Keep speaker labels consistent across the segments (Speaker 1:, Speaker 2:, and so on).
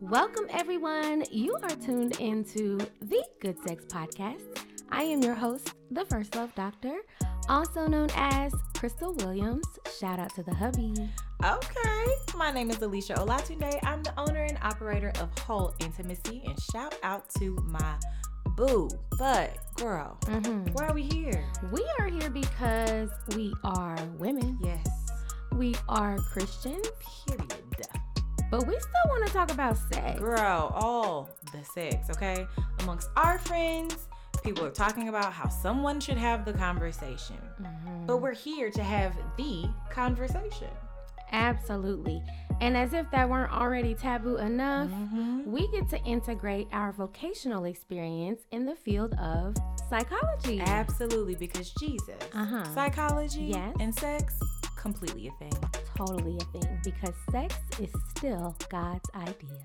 Speaker 1: Welcome, everyone. You are tuned into the Good Sex Podcast. I am your host, the First Love Doctor, also known as Crystal Williams. Shout out to the hubby.
Speaker 2: Okay. My name is Alicia Olatunde. I'm the owner and operator of Whole Intimacy, and shout out to my boo. But, girl,
Speaker 3: Mm-hmm.
Speaker 1: Mhm.
Speaker 2: why are we here?
Speaker 1: We are here because we are women,
Speaker 2: Yes.
Speaker 1: we are Christians,
Speaker 2: Period.
Speaker 1: but we still want to talk about sex.
Speaker 2: Girl, all the sex, okay? Amongst our friends, people are talking about how someone should have the conversation.
Speaker 1: Mhm.
Speaker 3: Mm-hmm.
Speaker 2: But we're here to have the conversation.
Speaker 1: Absolutely. And as if that weren't already taboo enough,
Speaker 2: Mm-hmm.
Speaker 1: we get to integrate our vocational experience in the field of psychology.
Speaker 2: Absolutely, because Jesus,
Speaker 1: Uh-huh.
Speaker 2: psychology,
Speaker 1: Yes.
Speaker 2: and sex, completely a thing.
Speaker 1: totally a thing because sex is still God's idea.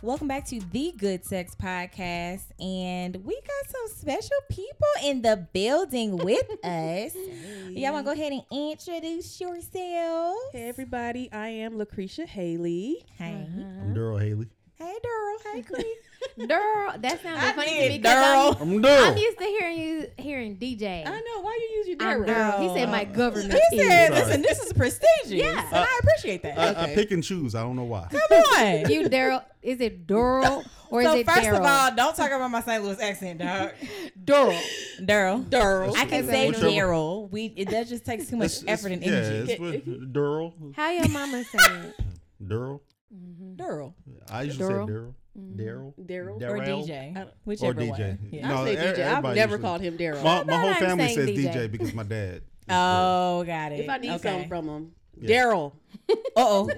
Speaker 3: Welcome back to the Good Sex Podcast. And we got some special people in the building with us. Y'all want to go ahead and introduce yourselves?
Speaker 4: Hey everybody, I am Lucretia Haley.
Speaker 3: Hey.
Speaker 5: I'm Daryl Haley.
Speaker 3: Hey, Daryl. Hey, Clee.
Speaker 1: Girl, that sounded
Speaker 3: I
Speaker 1: funny to
Speaker 3: did,
Speaker 1: me because
Speaker 5: I'm
Speaker 1: I'm, I'm
Speaker 5: Daryl.
Speaker 1: used to hearing you hearing DJ.
Speaker 4: I know why you use your
Speaker 1: I'm
Speaker 4: Daryl.
Speaker 1: Daryl. He said my government.
Speaker 3: he said,
Speaker 5: Sorry.
Speaker 3: listen, this is prestigious.
Speaker 1: Yeah.
Speaker 3: And I appreciate that.
Speaker 5: I, I uh, pick and choose. I don't know why.
Speaker 3: Come on.
Speaker 1: You Daryl, is it Daryl or
Speaker 3: so
Speaker 1: is it
Speaker 3: first
Speaker 1: Daryl?
Speaker 3: of all, don't talk about my St. Louis accent, dog.
Speaker 1: Daryl.
Speaker 3: Daryl. Daryl. I can
Speaker 1: That's
Speaker 3: say
Speaker 5: whichever-
Speaker 3: Daryl. We it that just takes too much
Speaker 5: It's- it's-
Speaker 3: effort and
Speaker 5: yeah,
Speaker 3: energy.
Speaker 5: it's with Daryl.
Speaker 1: How your mama say it?
Speaker 5: Daryl.
Speaker 3: Daryl. Mm-hmm.
Speaker 5: I usually
Speaker 1: Daryl.
Speaker 5: say Daryl. Daryl.
Speaker 4: Daryl.
Speaker 3: Or
Speaker 5: Daryl.
Speaker 3: DJ.
Speaker 4: don't-
Speaker 5: Or
Speaker 3: Whichever
Speaker 5: DJ.
Speaker 3: one. Yeah.
Speaker 5: No,
Speaker 4: I say
Speaker 5: e-
Speaker 4: DJ. I've
Speaker 5: everybody
Speaker 4: never
Speaker 5: usually-
Speaker 4: called him Daryl.
Speaker 5: My, my whole
Speaker 1: I'm
Speaker 5: family
Speaker 1: saying
Speaker 5: says
Speaker 1: DJ.
Speaker 5: DJ because my dad. is Daryl.
Speaker 3: Oh, got it.
Speaker 4: if I need something from him,
Speaker 5: Yeah.
Speaker 4: Daryl.
Speaker 3: Uh oh.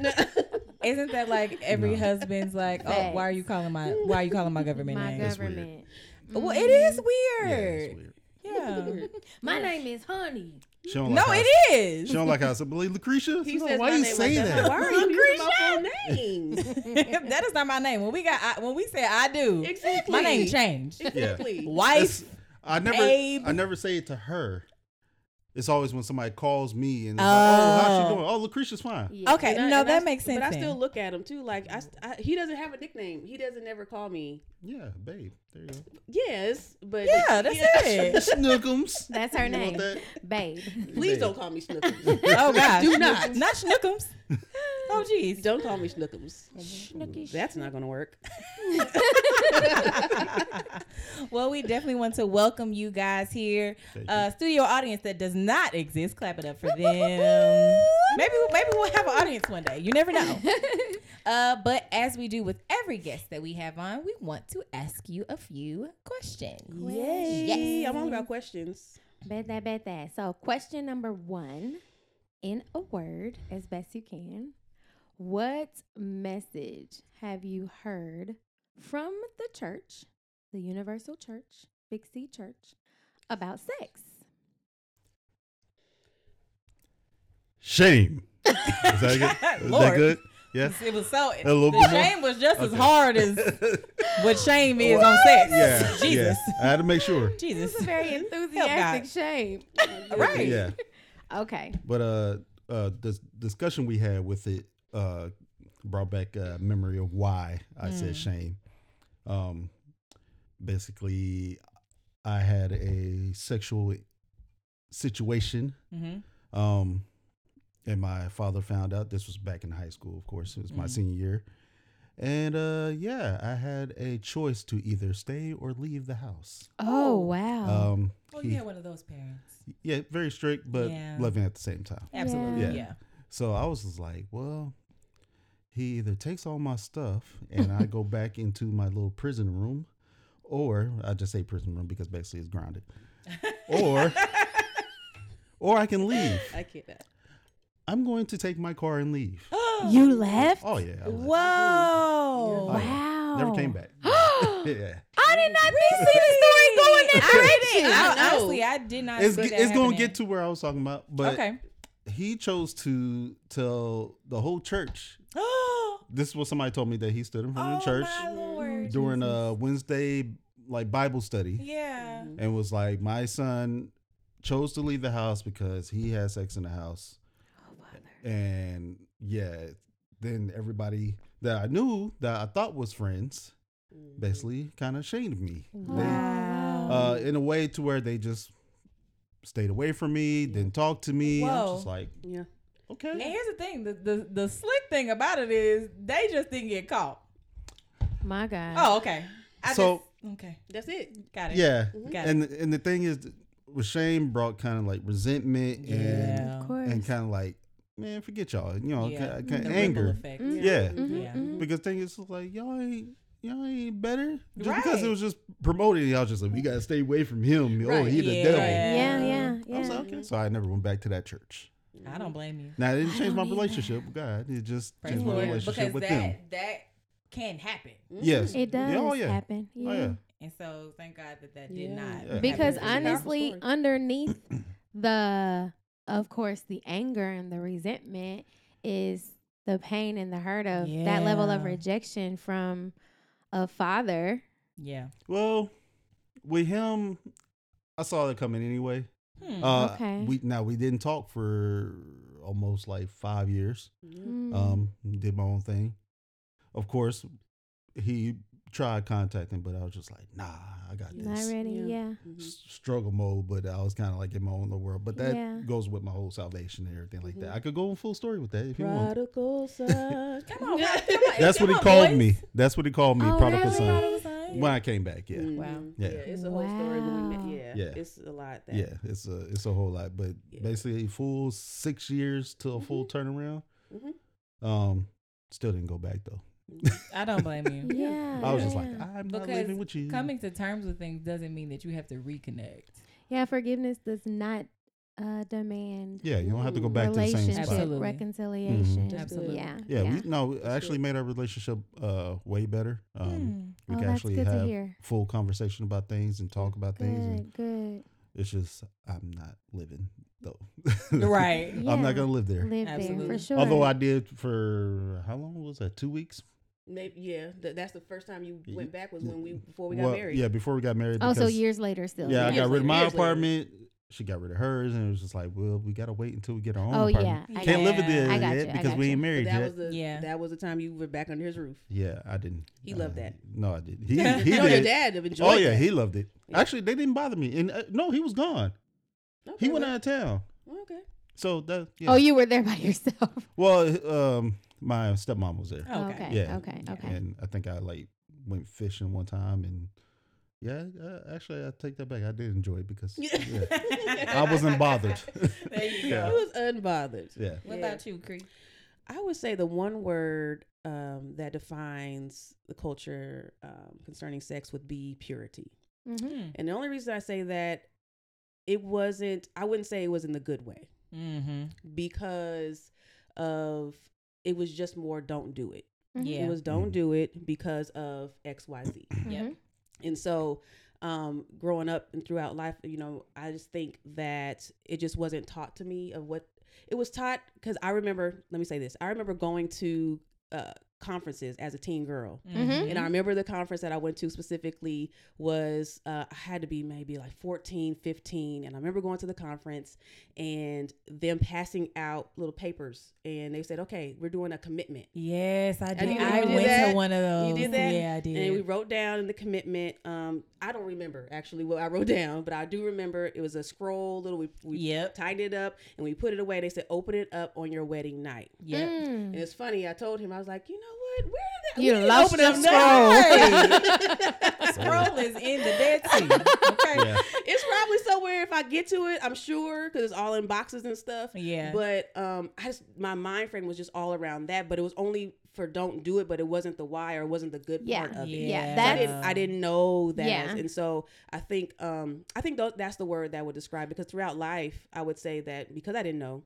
Speaker 3: Isn't that like every
Speaker 5: No.
Speaker 3: husband's like, oh, why are you calling my why are you calling my government
Speaker 1: My
Speaker 3: name?
Speaker 5: That's weird.
Speaker 1: government.
Speaker 3: Well, it
Speaker 4: Mm.
Speaker 3: is
Speaker 5: Yeah, it's
Speaker 3: weird.
Speaker 5: weird.
Speaker 3: Yeah.
Speaker 1: My name is Honey.
Speaker 5: She don't
Speaker 3: No,
Speaker 5: like how,
Speaker 3: it is.
Speaker 5: She don't like how I said, "Believe Lucretia."
Speaker 4: He
Speaker 5: She's like,
Speaker 4: says
Speaker 5: why
Speaker 4: my
Speaker 5: you
Speaker 4: name
Speaker 5: say
Speaker 4: like that.
Speaker 5: that?
Speaker 4: I'm like, Why are you using my full name?
Speaker 3: that is not my name. When we got I, when we said I do,
Speaker 4: Exactly.
Speaker 3: my name changed.
Speaker 4: Exactly.
Speaker 3: Wife.
Speaker 5: That's- I never,
Speaker 3: Babe.
Speaker 5: I never say it to her. It's always when somebody calls me and, it's like, "Oh, how's she
Speaker 3: Oh.
Speaker 5: doing? Oh, Lucretia's fine."
Speaker 1: Yeah.
Speaker 3: Okay,
Speaker 4: And I-
Speaker 3: no,
Speaker 4: and I
Speaker 3: that
Speaker 4: st-
Speaker 3: makes sense.
Speaker 4: But I
Speaker 3: then.
Speaker 4: still look at him too. Like I, st- I- he doesn't have a nickname. He doesn't ever call me.
Speaker 5: Yeah, babe. There you go.
Speaker 4: Yes, but
Speaker 3: yeah, that's it.
Speaker 5: Snookums.
Speaker 1: That's her
Speaker 5: You want
Speaker 1: name.
Speaker 5: that?
Speaker 1: Babe.
Speaker 4: Please
Speaker 5: Babe.
Speaker 4: don't call me Snookums.
Speaker 3: Oh gosh,
Speaker 4: Do not.
Speaker 3: not Schnookums. Oh jeez.
Speaker 4: don't call me Snookums.
Speaker 1: Snooky
Speaker 4: That's not gonna work.
Speaker 3: well, we definitely want to welcome you guys here.
Speaker 5: Thank you.
Speaker 3: Uh, studio audience that does not exist, clap it up for them. maybe maybe we'll have an audience one day. You never know. uh, but as we do with every guest that we have on, we want to ask you a few questions.
Speaker 4: Yay! I'm all about questions.
Speaker 1: Bet that, bet that. So, question number one in a word, as best you can, what message have you heard from the church, the Universal Church, Big C Church, about sex?
Speaker 5: Shame. Is that good? Is that
Speaker 3: Lord.
Speaker 5: good? Yeah.
Speaker 3: It was so
Speaker 5: A little
Speaker 3: the
Speaker 5: bit more?
Speaker 3: shame was just as
Speaker 5: Okay.
Speaker 3: hard as what shame is on sex.
Speaker 5: yeah.
Speaker 3: Jesus.
Speaker 5: yeah. I had to make sure.
Speaker 3: Jesus.
Speaker 1: It's a very enthusiastic shame.
Speaker 3: Right.
Speaker 5: Yeah.
Speaker 1: Okay.
Speaker 5: But uh uh the discussion we had with it uh brought back a memory of why I
Speaker 3: Hmm.
Speaker 5: said shame. Um basically I had a sexual situation
Speaker 3: hmm
Speaker 5: Um, and my father found out this was back in high school, of course, it was
Speaker 3: Mm-hmm.
Speaker 5: my senior year. And uh, yeah, I had a choice to either stay or leave the house.
Speaker 1: Oh, wow.
Speaker 5: Um,
Speaker 3: Well,
Speaker 5: he-
Speaker 3: you had one of those parents.
Speaker 5: yeah, very strict, but
Speaker 3: Yeah.
Speaker 5: loving at the same time.
Speaker 3: Absolutely.
Speaker 5: Yeah.
Speaker 3: Yeah.
Speaker 5: So I was just like, well, he either takes all my stuff and I go back into my little prison room, or I just say prison room because basically it's grounded, or or I can leave.
Speaker 4: I get that.
Speaker 5: I'm going to take my car and leave.
Speaker 1: you left?
Speaker 5: Oh yeah. I left.
Speaker 3: Whoa.
Speaker 5: Oh, yeah.
Speaker 1: Wow.
Speaker 5: Never came back. yeah.
Speaker 1: I did not see the story going
Speaker 3: I
Speaker 1: that
Speaker 3: didn't.
Speaker 1: direction.
Speaker 3: I,
Speaker 4: know.
Speaker 3: honestly, I did not.
Speaker 5: It's
Speaker 3: see that
Speaker 5: it's going to
Speaker 3: happening.
Speaker 5: get to where I was talking about, but
Speaker 3: okay.
Speaker 5: he chose to tell the whole church.
Speaker 3: oh
Speaker 5: This is what somebody told me that he stood in front of the church
Speaker 3: my lord.
Speaker 5: during a Wednesday like Bible study
Speaker 3: Yeah.
Speaker 5: and was like,
Speaker 3: Oh,
Speaker 5: "My son chose to leave the house because he had sex in the house." and yeah, then everybody that I knew that I thought was friends
Speaker 3: Mm-hmm.
Speaker 5: basically kind of shamed me. They, uh, in a way to where they just stayed away from me, didn't talk to me. I'm just
Speaker 3: Whoa.
Speaker 5: like,
Speaker 4: Yeah.
Speaker 3: And
Speaker 5: okay.
Speaker 3: here's the thing: the, the the slick thing about it is they just didn't get caught.
Speaker 1: My God.
Speaker 3: Oh, okay. I
Speaker 5: So-
Speaker 3: just, okay,
Speaker 4: That's it.
Speaker 3: got it.
Speaker 5: Yeah.
Speaker 3: got
Speaker 5: And and the thing is, with shame brought kind of like resentment
Speaker 3: it.
Speaker 5: and
Speaker 1: of course.
Speaker 5: and kind of like, man, forget y'all. You know,
Speaker 3: Yeah.
Speaker 5: ki-
Speaker 3: The
Speaker 5: kind of
Speaker 3: ripple
Speaker 5: Oh, anger.
Speaker 3: effect.
Speaker 4: Mhm.
Speaker 5: Yeah.
Speaker 1: Mhm,
Speaker 3: Yeah.
Speaker 1: mhm.
Speaker 5: Because thing is like y'all ain't. Y'all ain't better just because it
Speaker 3: Right.
Speaker 5: was just promoted. Y'all just like we gotta stay away from him. Oh,
Speaker 4: Right.
Speaker 5: he the devil.
Speaker 3: Yeah.
Speaker 1: Yeah, yeah,
Speaker 5: I was
Speaker 1: yeah.
Speaker 5: like, okay. So I never went back to that church.
Speaker 3: I don't blame you.
Speaker 5: Now it didn't change my
Speaker 1: don't either.
Speaker 5: relationship with God. It just
Speaker 3: Praise
Speaker 5: changed
Speaker 3: the
Speaker 5: my
Speaker 3: Lord.
Speaker 5: relationship
Speaker 3: Because
Speaker 5: with
Speaker 3: that
Speaker 5: them.
Speaker 3: that can happen,
Speaker 5: Mm-hmm. Yes.
Speaker 1: It does
Speaker 5: Yeah, oh, yeah.
Speaker 1: happen. Yeah.
Speaker 5: Oh yeah.
Speaker 3: and so thank God that that did
Speaker 4: Yeah.
Speaker 3: not.
Speaker 5: Yeah.
Speaker 1: Because
Speaker 4: It's a powerful
Speaker 1: honestly,
Speaker 4: story.
Speaker 1: underneath the, of course, the anger and the resentment is the pain and the hurt of that level of
Speaker 3: Yeah.
Speaker 1: rejection from a father.
Speaker 3: yeah.
Speaker 5: Well, with him, I saw it coming anyway.
Speaker 3: Hmm.
Speaker 5: Uh,
Speaker 1: Okay.
Speaker 5: We now we didn't talk for almost like five years.
Speaker 3: Mm-hmm.
Speaker 1: Mm.
Speaker 5: Um, did my own thing. Of course, he tried contacting, but I was just like, nah, I got
Speaker 1: Mm, not
Speaker 5: this.
Speaker 1: ready. Yeah.
Speaker 5: S- Struggle mode, but I was kind of like in my own little world. But that
Speaker 1: Yeah. Mm-hmm.
Speaker 5: goes with my whole salvation and everything like that.
Speaker 4: Mhm.
Speaker 5: I could go in full story with that if you want.
Speaker 4: Prodigal son.
Speaker 3: come on, Rob, come on.
Speaker 5: That's
Speaker 3: come
Speaker 5: what he
Speaker 3: on,
Speaker 5: called
Speaker 3: boys.
Speaker 5: me. That's what he called me,
Speaker 1: Oh,
Speaker 5: prodigal
Speaker 1: really? Mm,
Speaker 5: son.
Speaker 3: Prodigal son.
Speaker 5: When I came back, yeah.
Speaker 4: Mhm.
Speaker 3: Wow.
Speaker 5: Yeah.
Speaker 4: It's a whole story. When we
Speaker 1: Wow.
Speaker 4: met. Yeah.
Speaker 5: Yeah.
Speaker 4: It's a lot. That.
Speaker 5: Yeah, it's a it's a whole lot, but
Speaker 4: Yeah.
Speaker 5: basically a full six years to a full
Speaker 1: Mm-hmm.
Speaker 5: turnaround.
Speaker 4: Mhm.
Speaker 5: Um, still didn't go back though.
Speaker 3: I don't blame you.
Speaker 1: Yeah.
Speaker 5: I was just
Speaker 1: yeah,
Speaker 5: like,
Speaker 1: yeah.
Speaker 5: I'm not
Speaker 3: Because
Speaker 5: living with you.
Speaker 3: Coming to terms with things doesn't mean that you have to reconnect.
Speaker 1: yeah, forgiveness does not uh, demand
Speaker 5: yeah, you don't have to go
Speaker 4: Mm.
Speaker 5: back to the same
Speaker 1: relationship
Speaker 5: spot. Mm-hmm.
Speaker 3: Absolutely.
Speaker 1: reconciliation.
Speaker 4: That's
Speaker 3: Absolutely.
Speaker 1: Yeah.
Speaker 5: Yeah, we no, I actually made our relationship uh way better. Um, we
Speaker 1: Oh,
Speaker 5: can
Speaker 1: that's
Speaker 5: actually
Speaker 1: good to
Speaker 5: have
Speaker 1: hear.
Speaker 5: full conversation about things and talk about things. And
Speaker 1: Good, good.
Speaker 5: it's just I'm not living though.
Speaker 3: Hmm. right.
Speaker 5: I'm
Speaker 1: Yeah.
Speaker 5: not gonna live there.
Speaker 1: Live there for
Speaker 3: Absolutely.
Speaker 1: sure.
Speaker 5: Although I did for how long was that? Two weeks.
Speaker 4: Maybe. Yeah. Th- that's the first time you
Speaker 5: Y-
Speaker 4: went back was when we before we got
Speaker 5: Well,
Speaker 4: married.
Speaker 5: Yeah, before we got married.
Speaker 1: oh, so
Speaker 5: because-
Speaker 1: years later still.
Speaker 5: Yeah, I
Speaker 4: Years
Speaker 5: got rid
Speaker 4: later,
Speaker 5: of my
Speaker 4: years later.
Speaker 5: apartment. She got rid of hers, and it was just like, well, we gotta wait until we get our own
Speaker 1: Oh yeah.
Speaker 5: apartment.
Speaker 1: I
Speaker 5: Can't
Speaker 1: got
Speaker 5: live
Speaker 1: you.
Speaker 5: with it
Speaker 1: I got
Speaker 5: yet
Speaker 1: you, I
Speaker 5: because
Speaker 1: got
Speaker 5: we
Speaker 1: you.
Speaker 5: ain't
Speaker 4: But
Speaker 5: married
Speaker 4: that
Speaker 5: yet.
Speaker 4: was the.
Speaker 3: Yeah.
Speaker 4: That was the time you were back under his roof.
Speaker 5: yeah, I didn't.
Speaker 4: He loved that.
Speaker 5: No, I didn't. He, he
Speaker 4: You know, your
Speaker 5: did.
Speaker 4: dad have enjoyed.
Speaker 5: Oh yeah,
Speaker 4: that.
Speaker 5: he loved it. Actually, they didn't bother me, and uh, no, he was gone.
Speaker 4: Okay,
Speaker 5: He went
Speaker 4: well,
Speaker 5: out of town,
Speaker 4: Okay.
Speaker 5: so that. Yeah.
Speaker 1: Oh, you were there by yourself.
Speaker 5: Well, um, my stepmom was there,
Speaker 4: Oh,
Speaker 1: Okay.
Speaker 3: Okay.
Speaker 1: Okay.
Speaker 5: Yeah.
Speaker 1: Okay.
Speaker 5: and I think I like went fishing one time, and yeah, uh, actually, I take that back. I did enjoy it because
Speaker 4: Yeah.
Speaker 5: yeah, I wasn't bothered.
Speaker 3: There you
Speaker 5: Yeah.
Speaker 4: He
Speaker 3: go.
Speaker 4: was unbothered.
Speaker 5: yeah.
Speaker 3: What
Speaker 4: Yeah.
Speaker 3: about you, Cree?
Speaker 4: I would say the one word um, that defines the culture um, concerning sex would be purity.
Speaker 1: Mhm.
Speaker 4: And the only reason I say that, it wasn't, I wouldn't say it was in the good way
Speaker 3: Mm-hmm.
Speaker 4: because of, it was just more don't do it.
Speaker 1: Mhm.
Speaker 3: Yeah.
Speaker 4: It was don't
Speaker 5: Mhm.
Speaker 4: do it because of XYZ.
Speaker 3: Yep.
Speaker 1: Mhm.
Speaker 4: And so, um, growing up and throughout life, you know, I just think that it just wasn't taught to me of what it was taught. Because I remember, let me say this: I remember going to uh, conferences as a teen girl, and I remember the conference that I went to specifically was uh, I had to be maybe like 14, 15, and I remember going to the conference and them passing out little papers, and they said, "Okay, we're doing a commitment."
Speaker 3: Yes, I
Speaker 4: Oh, you
Speaker 3: did.
Speaker 4: do
Speaker 3: I went
Speaker 4: that?
Speaker 3: to one of those.
Speaker 4: You did that?
Speaker 3: Yeah, I did.
Speaker 4: And we wrote down in the commitment. Um, I don't remember actually what I wrote down, but I do remember it was a scroll. Little we, we
Speaker 3: Yep.
Speaker 4: tied it up and we put it away. They said open it up on your wedding night.
Speaker 3: Yep.
Speaker 1: Mm.
Speaker 4: And it's funny. I told him I was like, you know what? Where did that?
Speaker 1: You
Speaker 4: we didn't
Speaker 1: lost
Speaker 4: open
Speaker 1: your
Speaker 4: up nothing."
Speaker 3: Scroll is in the Dead Sea. Okay.
Speaker 5: yeah.
Speaker 4: it's probably somewhere if I get to it. I'm sure because it's all in boxes and stuff.
Speaker 3: Yeah.
Speaker 4: But um, I just my mind frame was just all around that. But it was only for don't do it. But it wasn't the why or it wasn't the good
Speaker 1: Yeah.
Speaker 4: part of it.
Speaker 1: Yeah,
Speaker 4: I
Speaker 1: that's-
Speaker 4: didn't I didn't know that,
Speaker 1: Yeah.
Speaker 4: and so I think um I think tho- that's the word that would describe because throughout life I would say that because I didn't know,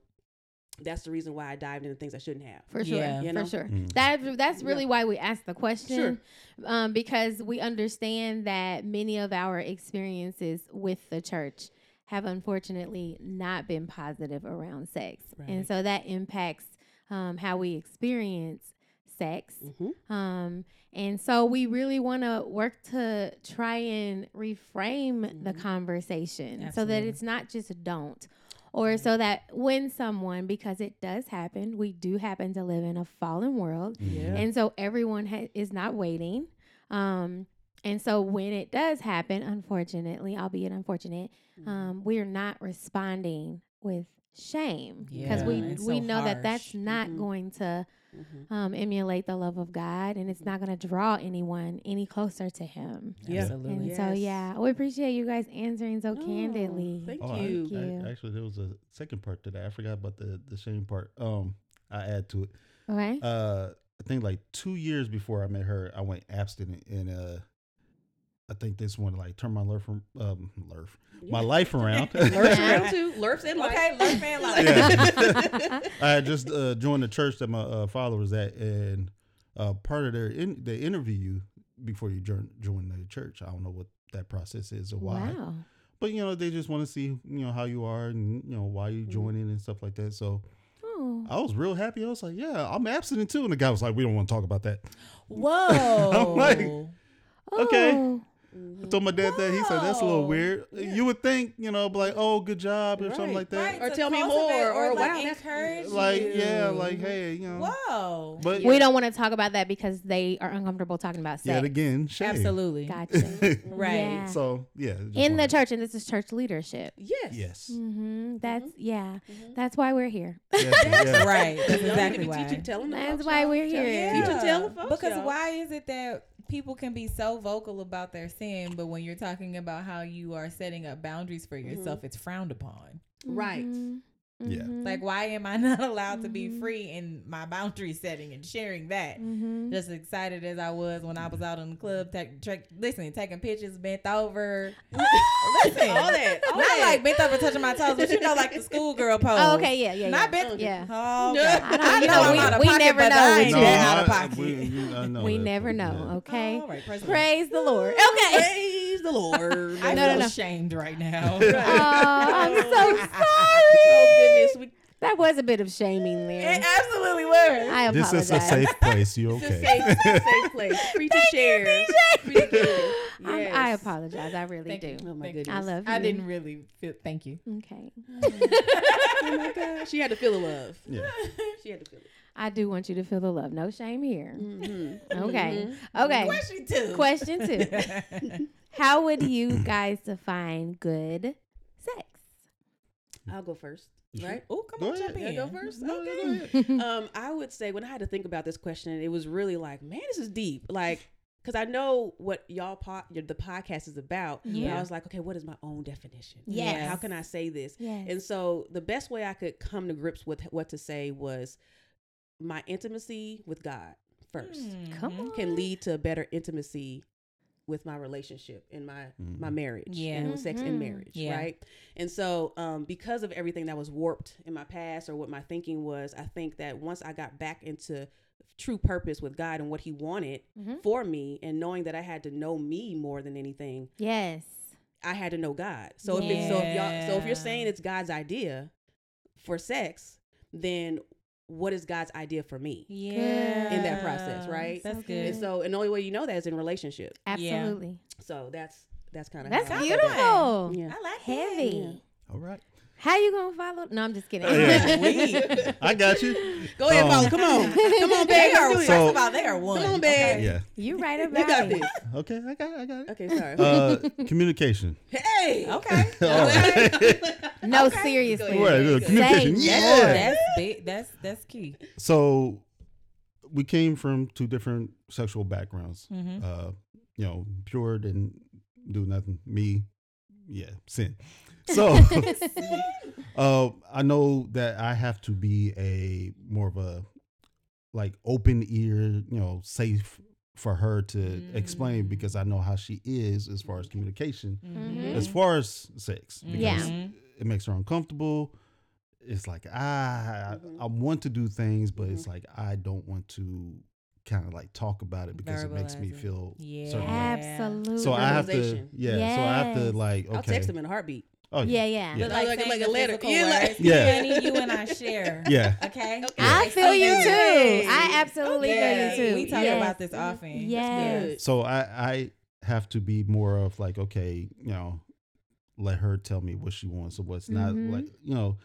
Speaker 4: that's the reason why I dived into things I shouldn't have.
Speaker 1: For sure.
Speaker 3: Yeah.
Speaker 4: You know?
Speaker 1: For sure.
Speaker 5: Mm.
Speaker 1: That that's
Speaker 4: Yeah.
Speaker 1: really why we asked the question.
Speaker 4: Sure.
Speaker 1: Um, because we understand that many of our experiences with the church have unfortunately not been positive around sex. And
Speaker 4: Right.
Speaker 1: so that impacts um, how we experience sex.
Speaker 4: Mm-hmm.
Speaker 1: Um, and so we really want to work to try and reframe the
Speaker 4: Mhm.
Speaker 1: conversation so that
Speaker 3: Mm-hmm. Absolutely.
Speaker 1: it's not just don't or so that when someone, because it does happen, we do happen to live in a fallen world,
Speaker 5: Yeah.
Speaker 1: and so everyone ha- is not waiting. Um, and so when it does happen, unfortunately, albeit unfortunate,
Speaker 3: Mm-hmm.
Speaker 1: um, we are not responding with shame because
Speaker 3: Yeah,
Speaker 1: we
Speaker 3: it's
Speaker 1: we
Speaker 3: so
Speaker 1: know that
Speaker 3: harsh. Mm-hmm.
Speaker 1: that's not
Speaker 4: Mhm.
Speaker 1: going to
Speaker 4: Mm-hmm.
Speaker 1: um, emulate the love of God, and it's not going to draw anyone any closer to Him.
Speaker 5: Yeah.
Speaker 1: And
Speaker 3: Absolutely.
Speaker 1: so,
Speaker 4: Yes.
Speaker 1: yeah, we appreciate you guys answering so
Speaker 4: Oh,
Speaker 1: candidly.
Speaker 4: thank
Speaker 5: Oh, I-
Speaker 4: you.
Speaker 5: I-
Speaker 1: Thank you.
Speaker 5: actually, there was a second part to that. I forgot about the the shame part. Um, I add to it.
Speaker 1: Okay.
Speaker 5: Uh, I think like two years before I met her, I went abstinent, and uh, I think this one like turned my life from um, lurf, my life around.
Speaker 4: Lurfs around too. Lurfs and life.
Speaker 2: Okay, Lurf and Life.
Speaker 5: Yeah. I had just uh, joined the church that my uh, father was at, and uh, part of their in, they interview you before you join join the church. I don't know what that process is or why,
Speaker 1: Wow.
Speaker 5: but you know they just want to see you know how you are and you know why you joining and stuff like that. So
Speaker 1: Oh.
Speaker 5: I was real happy. I was like, yeah, I'm abstinent too, and the guy was like, we don't want to talk about that.
Speaker 3: Whoa.
Speaker 5: like- Okay.
Speaker 1: Oh.
Speaker 5: I told my dad that he said that's a little
Speaker 3: Whoa.
Speaker 5: weird. You would think you know, be like oh, good job or something
Speaker 4: Right,
Speaker 5: like that.
Speaker 4: Or
Speaker 2: to
Speaker 4: tell me
Speaker 2: cultivate
Speaker 4: more, or wow,
Speaker 2: like
Speaker 4: that's-
Speaker 2: encourage
Speaker 5: Like
Speaker 2: you.
Speaker 5: yeah, like hey, you know.
Speaker 2: Whoa.
Speaker 5: But
Speaker 1: We don't want to talk about that because they are uncomfortable talking about sex.
Speaker 5: yet again, shame.
Speaker 3: Absolutely.
Speaker 1: Gotcha.
Speaker 3: Right.
Speaker 1: Yeah.
Speaker 5: So yeah, just
Speaker 1: In the
Speaker 5: wanted-
Speaker 1: church, and this is church leadership.
Speaker 4: Yes. Mm-hmm.
Speaker 5: Yes.
Speaker 1: Mm-hmm. That's yeah. That's why we're here.
Speaker 5: Yeah, yeah.
Speaker 3: Right. That's
Speaker 4: Y'all need to
Speaker 3: exactly
Speaker 4: be teaching,
Speaker 3: why.
Speaker 4: telling them
Speaker 1: That's
Speaker 4: about
Speaker 1: why
Speaker 4: y'all.
Speaker 1: we're
Speaker 4: Tell-
Speaker 1: here.
Speaker 4: Teach and tell them about
Speaker 3: Because
Speaker 4: y'all.
Speaker 3: why is it that people can be so vocal about their sin, but when you're talking about how you are setting up boundaries for
Speaker 4: Mm-hmm.
Speaker 3: yourself, it's frowned upon?
Speaker 4: Right.
Speaker 1: Mhm.
Speaker 5: Yeah.
Speaker 4: Mm-hmm.
Speaker 1: Mhm.
Speaker 3: Like, why am I not allowed to
Speaker 1: Mhm.
Speaker 3: be free in my boundary setting and sharing that?
Speaker 4: Mm-hmm.
Speaker 1: Mhm.
Speaker 3: Just excited as I was when I was out in the club, take, take, listen, taking pictures, bent over. listen,
Speaker 4: All that. All
Speaker 3: not
Speaker 4: that.
Speaker 3: like bent over touching my toes, but you know, like the schoolgirl pose.
Speaker 1: Oh, okay. Yeah. Yeah.
Speaker 3: Not
Speaker 1: yeah.
Speaker 3: bent.
Speaker 1: Yeah.
Speaker 3: Oh,
Speaker 4: No.
Speaker 3: God.
Speaker 1: I don't
Speaker 3: I
Speaker 1: know.
Speaker 3: know I'm
Speaker 1: We-
Speaker 3: out of
Speaker 1: we
Speaker 3: pocket,
Speaker 1: never
Speaker 3: but
Speaker 1: know
Speaker 3: I
Speaker 1: with
Speaker 3: ain't
Speaker 1: you.
Speaker 3: been
Speaker 1: No,
Speaker 3: out of
Speaker 5: I-
Speaker 3: pocket.
Speaker 5: we- we- I know
Speaker 1: We
Speaker 5: that,
Speaker 1: never
Speaker 5: but,
Speaker 1: know.
Speaker 5: yeah.
Speaker 1: Okay.
Speaker 3: All right, President.
Speaker 1: Praise the Lord. Okay.
Speaker 4: Praise the Lord.
Speaker 3: I
Speaker 1: No,
Speaker 3: feel
Speaker 1: no, no.
Speaker 3: ashamed right now.
Speaker 1: Oh, I'm so
Speaker 4: oh
Speaker 1: sorry.
Speaker 4: goodness, we
Speaker 1: That was a bit of shaming there.
Speaker 3: absolutely was.
Speaker 1: I
Speaker 5: This
Speaker 1: apologize.
Speaker 5: is a safe place. You
Speaker 4: It's a
Speaker 5: okay?
Speaker 4: safe, it's a safe place. Free to share. Free to give.
Speaker 1: I'm-
Speaker 4: Yes.
Speaker 1: I apologize. I really
Speaker 3: Thank
Speaker 1: do.
Speaker 4: Oh my
Speaker 3: Thank you.
Speaker 4: goodness.
Speaker 1: I love you.
Speaker 3: I didn't really feel. Thank you.
Speaker 1: Okay.
Speaker 4: Oh my God. She had to feel the love.
Speaker 5: Yeah.
Speaker 4: She had to feel it.
Speaker 1: I do want you to feel the love. No shame here.
Speaker 4: Mm-hmm.
Speaker 1: Okay. Okay.
Speaker 3: Question two.
Speaker 1: Question two. How would you guys define good sex?
Speaker 4: I'll go first.
Speaker 5: You sure?
Speaker 4: Right?
Speaker 3: Oh, come
Speaker 5: Go
Speaker 3: on,
Speaker 5: ahead.
Speaker 3: jump
Speaker 5: Yeah,
Speaker 3: in.
Speaker 4: Can I go first?
Speaker 5: No,
Speaker 4: okay.
Speaker 5: go
Speaker 4: um, I would say when I had to think about this question, it was really like, man, this is deep. Like, because I know what y'all po- your- the podcast is about. But
Speaker 3: Yeah.
Speaker 4: I was like, okay, what is my own definition?
Speaker 1: Yes.
Speaker 4: How can I say this?
Speaker 1: Yes.
Speaker 4: And so the best way I could come to grips with what to say was my intimacy with God first
Speaker 3: Hmm.
Speaker 1: Come on.
Speaker 4: can lead to better intimacy with my relationship and my my
Speaker 5: Mhm.
Speaker 4: marriage
Speaker 3: Yeah.
Speaker 4: and with sex and
Speaker 1: Mhm.
Speaker 4: marriage
Speaker 3: Yeah.
Speaker 4: right and so um, because of everything that was warped in my past or what my thinking was i think that once i got back into true purpose with god and what he wanted
Speaker 3: Mm-hmm.
Speaker 1: Mhm.
Speaker 4: for me and knowing that i had to know me more than anything
Speaker 1: Yes.
Speaker 4: i had to know god so if it's so if y'all so if
Speaker 3: Yeah.
Speaker 4: you're saying it's god's idea for sex then what is god's idea for me
Speaker 3: Yeah.
Speaker 1: In
Speaker 4: that process, right?
Speaker 3: That's
Speaker 1: So
Speaker 3: good.
Speaker 4: and so and the only way you know that is in relationship
Speaker 1: Absolutely.
Speaker 4: so that's that's kind of
Speaker 1: That's
Speaker 4: how I
Speaker 3: good.
Speaker 4: feel
Speaker 1: beautiful.
Speaker 4: about it. Yeah.
Speaker 3: I like
Speaker 1: Heavy.
Speaker 5: All right.
Speaker 1: How you gonna follow? No, I'm just
Speaker 4: Oh,
Speaker 1: kidding.
Speaker 5: Yeah.
Speaker 3: That. We-
Speaker 5: I got you.
Speaker 4: Go ahead,
Speaker 5: Um,
Speaker 4: Paula. Come on, come on,
Speaker 3: they
Speaker 4: babe.
Speaker 3: are.
Speaker 4: Let's do it.
Speaker 5: So-
Speaker 3: first of all, they are one.
Speaker 4: Come on, babe.
Speaker 5: Yeah.
Speaker 1: you right about
Speaker 4: You got
Speaker 1: it.
Speaker 4: this.
Speaker 5: Okay. I got. I got it.
Speaker 4: Okay, sorry.
Speaker 5: Uh, communication.
Speaker 4: hey.
Speaker 3: Okay.
Speaker 5: All right.
Speaker 1: No,
Speaker 4: Okay.
Speaker 1: seriously.
Speaker 5: All right,
Speaker 4: Good.
Speaker 5: Communication.
Speaker 1: Say
Speaker 5: Yeah.
Speaker 3: That's big. That's that's key.
Speaker 5: So we came from two different sexual backgrounds.
Speaker 3: Mm-hmm.
Speaker 5: Uh, you know, pure didn't do nothing. Me, yeah, sin. So uh, I know that I have to be a more of a like open ear, you know, safe for her to explain
Speaker 3: Mm.
Speaker 5: because I know how she is as far as communication,
Speaker 4: Mm-hmm.
Speaker 1: Mhm.
Speaker 5: as far as sex,
Speaker 3: Mm-hmm.
Speaker 5: because
Speaker 1: Yeah.
Speaker 5: it makes her uncomfortable. It's like ah, I-
Speaker 4: Mhm.
Speaker 5: I, want to do things, but it's like I don't want to kind of like talk about it because it makes me
Speaker 3: Verbalize it.
Speaker 5: feel
Speaker 3: Yeah.
Speaker 5: certain way.
Speaker 1: Absolutely.
Speaker 5: So I have to,
Speaker 4: Verbalization.
Speaker 5: yeah. So I have
Speaker 1: Yes.
Speaker 5: to like, okay,
Speaker 4: I'll text him in a heartbeat.
Speaker 5: oh
Speaker 1: Yeah, yeah.
Speaker 5: Yeah.
Speaker 3: But like,
Speaker 4: Like-
Speaker 3: saying
Speaker 4: like a
Speaker 3: the
Speaker 4: letter.
Speaker 3: physical
Speaker 4: Yeah, like-
Speaker 3: words.
Speaker 5: Yeah.
Speaker 3: Honey, you and I share.
Speaker 5: yeah,
Speaker 3: Okay.
Speaker 1: I feel you too.
Speaker 4: Hey.
Speaker 1: I absolutely
Speaker 3: Yeah,
Speaker 1: feel you too.
Speaker 3: Oh, We talk
Speaker 1: Yes.
Speaker 3: about this
Speaker 4: Mm-hmm.
Speaker 3: often.
Speaker 1: Yes.
Speaker 4: Good.
Speaker 5: So I I have to be more of like, okay, you know, let her tell me what she wants or what's
Speaker 1: Mhm.
Speaker 5: not like you know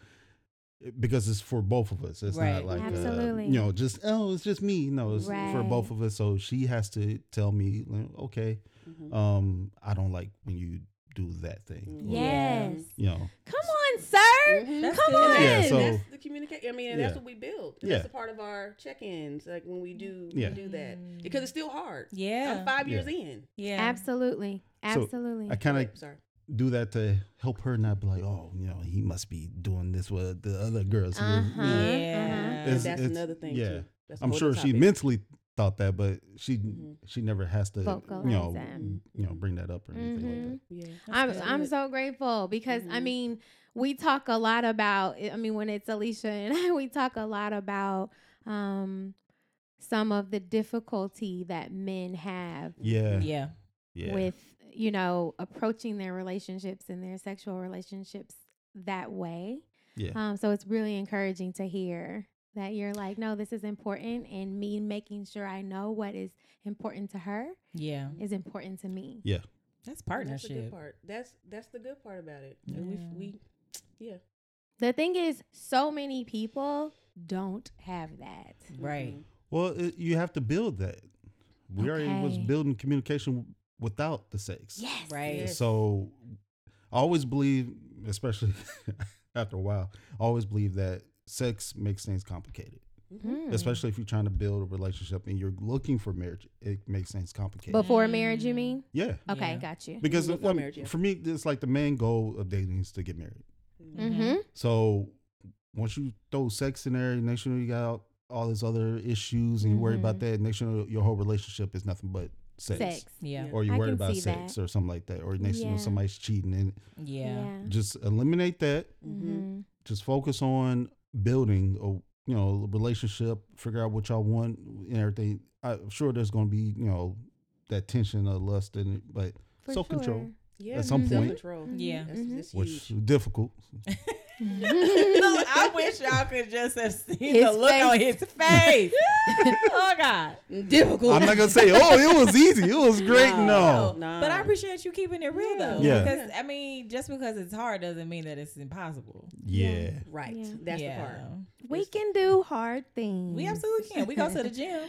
Speaker 5: eh, because it's for both of us. It's
Speaker 3: Right.
Speaker 5: not like
Speaker 1: Absolutely.
Speaker 5: Uh, you know just oh it's just me. No, it's for
Speaker 1: Right.
Speaker 5: both of us. So she has to tell me like, okay,
Speaker 4: Mhm.
Speaker 5: um, I don't like when you do that
Speaker 1: Mm.
Speaker 5: thing.
Speaker 4: Mhm.
Speaker 5: or,
Speaker 1: Yes.
Speaker 5: You know.
Speaker 1: Come on, sir.
Speaker 4: Mhm.
Speaker 3: That's
Speaker 1: Come
Speaker 3: good.
Speaker 1: on.
Speaker 5: Yeah, so-
Speaker 4: that's the communication. I mean, and that's
Speaker 5: Yeah.
Speaker 4: what we build.
Speaker 5: Yeah.
Speaker 4: That's a part of our check-ins, like when we do
Speaker 5: Yeah.
Speaker 4: we do that
Speaker 1: Mm.
Speaker 4: because it's still hard. I'm
Speaker 3: Yeah.
Speaker 4: five
Speaker 5: Yeah.
Speaker 4: years in.
Speaker 3: Yeah.
Speaker 1: Absolutely.
Speaker 5: So,
Speaker 1: Absolutely.
Speaker 5: I kind of
Speaker 4: Sorry.
Speaker 5: do that to help her not be like, oh, you know, he must be doing this with the other girls. So there's-
Speaker 1: Uh-huh.
Speaker 5: you know,
Speaker 3: Yeah.
Speaker 4: And
Speaker 5: It's-
Speaker 4: that's
Speaker 5: it's-
Speaker 4: another thing.
Speaker 5: yeah.
Speaker 4: too. That's a
Speaker 5: I'm
Speaker 4: whole
Speaker 5: sure
Speaker 4: other
Speaker 5: she
Speaker 4: topic.
Speaker 5: mentally thought that, but she
Speaker 4: Mhm.
Speaker 5: she never has to,
Speaker 1: Vocalize
Speaker 5: you know,
Speaker 1: that.
Speaker 5: you know, bring that up or anything like
Speaker 4: Yeah.
Speaker 1: I'm
Speaker 3: good. Mm-hmm.
Speaker 1: I'm so grateful because I
Speaker 4: Mhm.
Speaker 1: mean we talk a lot about I mean when it's Alicia and I we talk a lot about um some of the difficulty that men have
Speaker 5: that. Yeah, yeah,
Speaker 3: Yeah.
Speaker 1: with you know approaching their relationships and their sexual relationships that way.
Speaker 5: Yeah.
Speaker 1: Um so it's really encouraging to hear that you're like no this is important and me making sure I know what is important to her
Speaker 3: Yeah.
Speaker 1: is important to me.
Speaker 3: That's
Speaker 4: That's the good
Speaker 3: partnership.
Speaker 4: part. That's that's the good part about it. And we
Speaker 3: Yeah.
Speaker 1: Mm.
Speaker 4: we yeah.
Speaker 1: The thing is, so many people don't have that.
Speaker 3: Right.
Speaker 4: Mhm.
Speaker 5: well, it, you have to build that. We already was
Speaker 1: Okay.
Speaker 5: building communication without the sex.
Speaker 1: Yes.
Speaker 3: Right.
Speaker 4: Yes.
Speaker 5: So I always believe, especially after a while, I always believe that sex makes things complicated.
Speaker 4: Mm-hmm.
Speaker 1: Mm.
Speaker 5: Especially if you're trying to build a relationship and you're looking for marriage, it makes things complicated.
Speaker 1: Hmm. Before marriage, you mean?
Speaker 5: yeah.
Speaker 1: Okay,
Speaker 3: Mm. Yeah.
Speaker 1: got you.
Speaker 5: Because
Speaker 4: Before
Speaker 5: I mean,
Speaker 4: marriage, yeah.
Speaker 5: for me, it's like the main goal of dating is to get married.
Speaker 1: Mm-hmm.
Speaker 5: So once you throw sex in there, next you know you got all these other issues and you worry about
Speaker 1: Mhm.
Speaker 5: that. Next you know your whole relationship is nothing but sex.
Speaker 1: Sex.
Speaker 3: Yeah.
Speaker 5: Or you
Speaker 1: I
Speaker 5: worry
Speaker 1: can
Speaker 5: about
Speaker 1: see
Speaker 5: sex or something like that. Or next you know
Speaker 1: Yeah.
Speaker 5: somebody's cheating and
Speaker 3: Yeah.
Speaker 5: just eliminate that.
Speaker 1: Mm-hmm.
Speaker 5: just focus on building a you know relationship figure out what y'all want and everything i'm sure there's going to be you know that tension of lust in it but
Speaker 1: For
Speaker 5: Self-control.
Speaker 1: sure.
Speaker 4: Yeah.
Speaker 5: At some point-
Speaker 4: self-control.
Speaker 3: Yeah.
Speaker 4: That's,
Speaker 1: Mhm.
Speaker 4: that's
Speaker 5: which
Speaker 4: huge.
Speaker 5: is difficult
Speaker 3: Mm-hmm. Look, I wish y'all could just have seen
Speaker 1: His
Speaker 3: the look on his
Speaker 1: face.
Speaker 3: face. oh God.
Speaker 4: Difficult.
Speaker 5: i'm not going to say oh it was easy it was great no,
Speaker 4: No.
Speaker 3: But I appreciate you keeping it real though.
Speaker 5: Yeah.
Speaker 3: Because I mean, just because it's hard doesn't mean that it's impossible.
Speaker 5: yeah
Speaker 4: Right.
Speaker 1: Yeah.
Speaker 4: That's
Speaker 3: Yeah.
Speaker 4: the part. Mm-hmm.
Speaker 1: We can do hard things.
Speaker 3: We absolutely can. We go to the gym.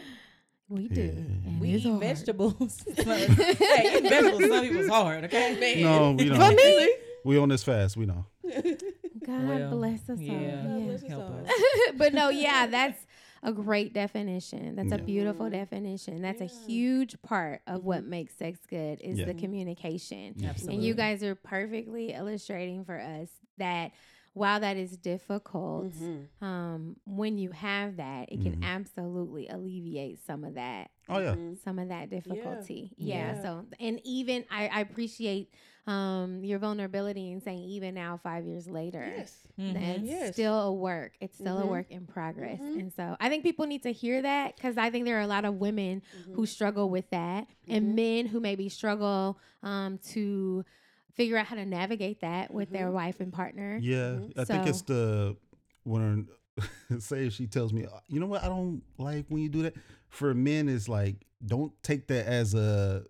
Speaker 1: We do.
Speaker 5: Yeah.
Speaker 1: and
Speaker 3: We
Speaker 1: it's
Speaker 3: eat
Speaker 1: hard.
Speaker 3: vegetables. hey, eating vegetables to some people's hard, okay?
Speaker 5: no we
Speaker 1: For
Speaker 5: don't
Speaker 1: me,
Speaker 5: we on this fast we know
Speaker 1: God
Speaker 3: Well,
Speaker 1: bless us all.
Speaker 3: yeah.
Speaker 1: Yeah.
Speaker 4: Bless us
Speaker 3: Help
Speaker 4: all.
Speaker 3: us.
Speaker 1: but no, yeah, that's a great definition. That's a
Speaker 5: Yeah.
Speaker 1: beautiful definition. That's
Speaker 4: Yeah.
Speaker 1: a huge part of what makes sex good is
Speaker 5: Yeah.
Speaker 1: the communication.
Speaker 3: Mm-hmm. Absolutely.
Speaker 1: And you guys are perfectly illustrating for us that while that is difficult,
Speaker 4: Mhm.
Speaker 3: Mm-hmm.
Speaker 1: um, when you have that, it can
Speaker 5: Mhm.
Speaker 1: absolutely alleviate some of that
Speaker 5: oh yeah
Speaker 4: Mhm.
Speaker 1: some of that difficulty. Yeah.
Speaker 4: Yeah.
Speaker 1: So and even I, I appreciate um your vulnerability in saying even now five years later.
Speaker 4: Yes.
Speaker 3: Mhm.
Speaker 1: That's
Speaker 4: Yes.
Speaker 1: still a work. It's still a
Speaker 4: Mhm.
Speaker 1: work in progress.
Speaker 4: Mhm.
Speaker 1: And so I think people need to hear that because I think there are a lot of women who struggle with that
Speaker 4: Mhm.
Speaker 1: and men who maybe struggle um, to figure out how to navigate that with their
Speaker 4: Mhm.
Speaker 1: wife and partner.
Speaker 5: yeah i think
Speaker 1: So-
Speaker 5: it's the when her, say she tells me you know what i don't like when you do that for men it's like don't take that as a